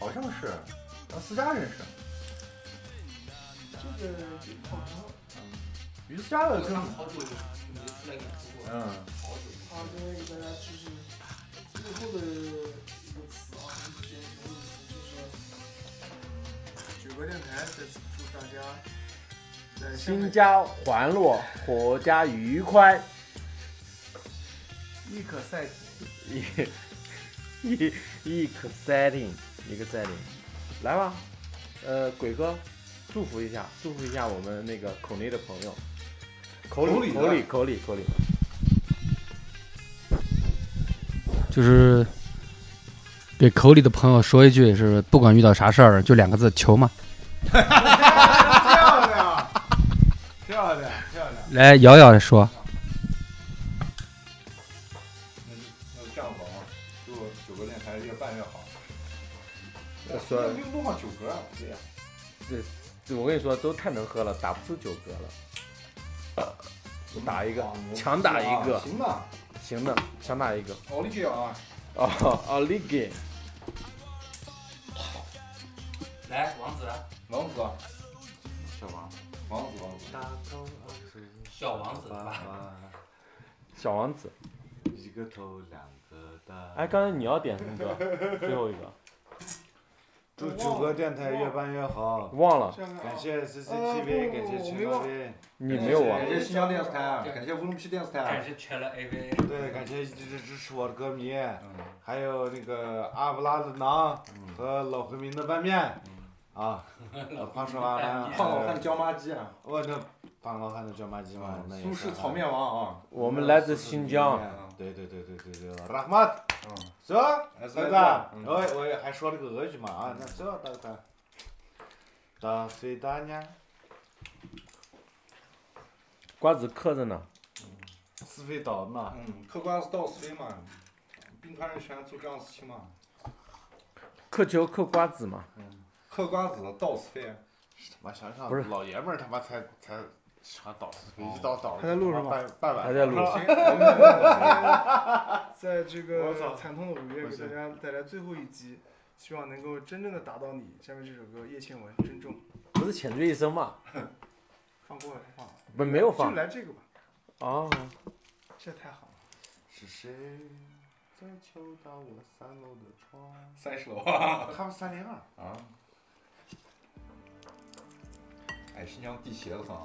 好像是，啊，斯加认识，
这个好朋友，
于斯加的
我
跟，
他们好久没出来演出过了，
嗯，
好久。
他跟大家就是最后的一个词啊，一些什么意思？就是九个电台在此祝大家在下
新
面
家欢乐，阖家愉快。
亦可赛季。
一 一一个 setting，一个 setting，来吧，呃，鬼哥，祝福一下，祝福一下我们那个口内的朋友，口
口
里
里
口
的
里口里口里，
就是给口里的朋友说一句，是不管遇到啥事儿，就两个字：求嘛。
漂亮，漂亮，漂亮。
来，瑶瑶来说，
那就那就这样吧啊，祝九哥电台越办越好，
这算
那就弄上九格啊，对呀，
这这我跟你说都太能喝了，打不出九格了，我打一个，强打一个，
嗯行吧，
行的，强打一个，
奥利给啊，
哦，奥利给，
来，王子，
王子，小王，王子王子，
小王子吧。
小王子，
一个头两个蛋。
哎，刚才你要点什么歌？ 最后一个
祝九哥电台越办越好，
忘了，
这样的啊
感谢 CCTV，感谢
我
秦
没
老
忘
师。
你没有啊
感谢新疆电视台，感谢乌鲁木齐电视台，
感
谢全了 AV。
对，感谢一直支持我的歌迷，还有那个阿布拉的馕和老回民的拌面，啊，呃话说完了，
胖老汉的椒麻鸡，
我那胖老汉的椒麻鸡嘛，那也
苏式
是
炒面王啊
我们来自新疆，
对对对对对对，拉马，走，大大，
嗯
我哎我还说了个俄语嘛啊，那走，大大，大岁大年，
瓜子嗑着呢。
四岁倒嘛，
嗯，嗑瓜子倒水嘛，兵团人喜欢做这样的事情嘛，
嗑球嗑瓜子嘛，
嗑瓜子倒水。
我想想，
不是哦
老爷们儿他妈才才想倒四岁，一倒倒
还在录是吧
半半晚
还在录
上
行，我们在这个惨痛的五月
我
给
操
大家带来最后一集，希望能够真正的打到你。下面这首歌叶倩文《珍重》，
不是浅醉一生嘛？
放过了不放了？
不没有放
就来这个吧，
哦，
这太好了。
是谁在敲打我三楼的窗？
三十楼啊
他们三零二。
啊。哎，新疆地鞋子哈，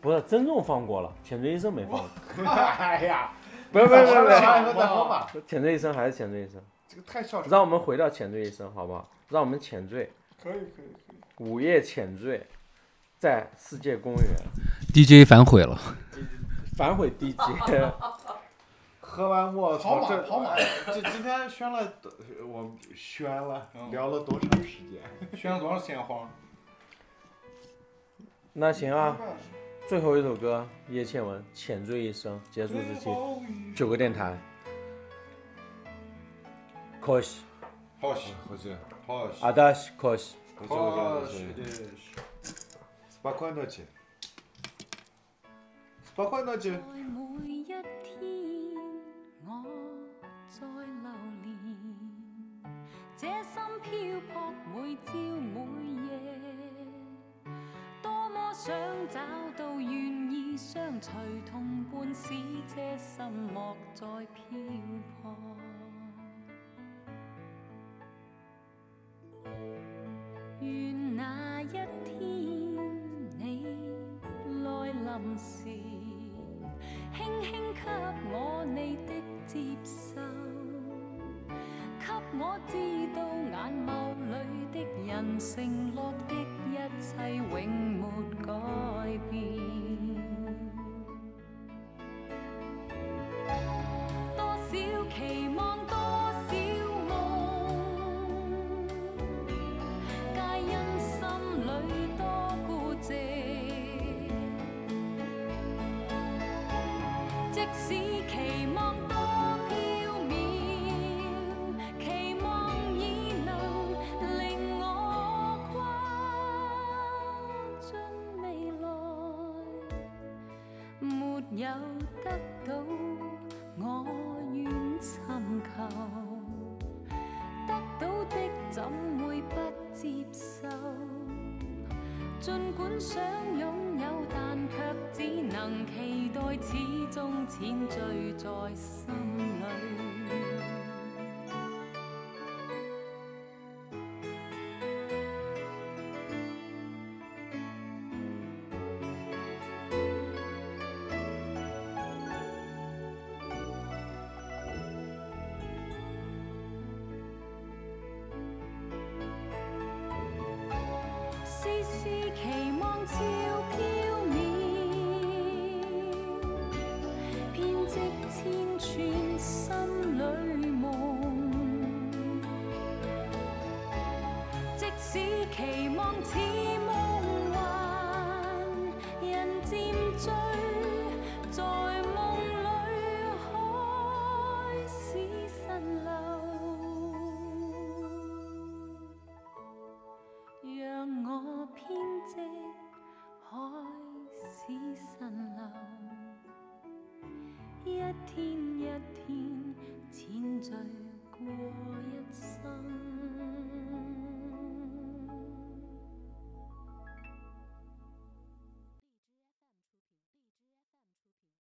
不是珍重放过了，浅醉一生没放过。
哎呀，
不是不是 不是不是
下一回再说吧。
浅醉一生还是浅醉一生。
这个太笑场了
让我们回到浅醉一生，好不好？让我们浅醉，
可以可以可以。
午夜浅醉，在世界公园，
DJ 反悔了，
反悔 DJ。
喝完我操，
跑马
这
跑马
这今天宣了多，我宣了，聊了多长时间？
嗯宣了多长时间荒？
那行啊，最后一首歌，叶倩文《浅醉一生》，结束这期九个电台。可惜，
好西，
好西，
好西，
阿达西可惜，
好西的，
Спокойной ночи. Спокойной ночи.
在每一天，我在流连，这心漂泊每朝每夜，多么想找到愿意相隨同伴，使這心莫再漂泊。願那一天你來臨時，輕輕給我你的接受，給我知道眼眸裏的人承諾的一切永沒改變。多少期望，多少夢，皆因心裏多固執。即使期望多飄渺，期望已能令我跨進未來，沒有得到我願尋求，得到的怎會不接受？儘管想擁有，但卻只能期待，始終淺醉在心裏。絲絲期望超飄渺，編織千串心裏夢。即使期望似夢幻，人漸醉，在夢裏開始滲流。讓我編織開始滲流，一天一天淺醉過一生。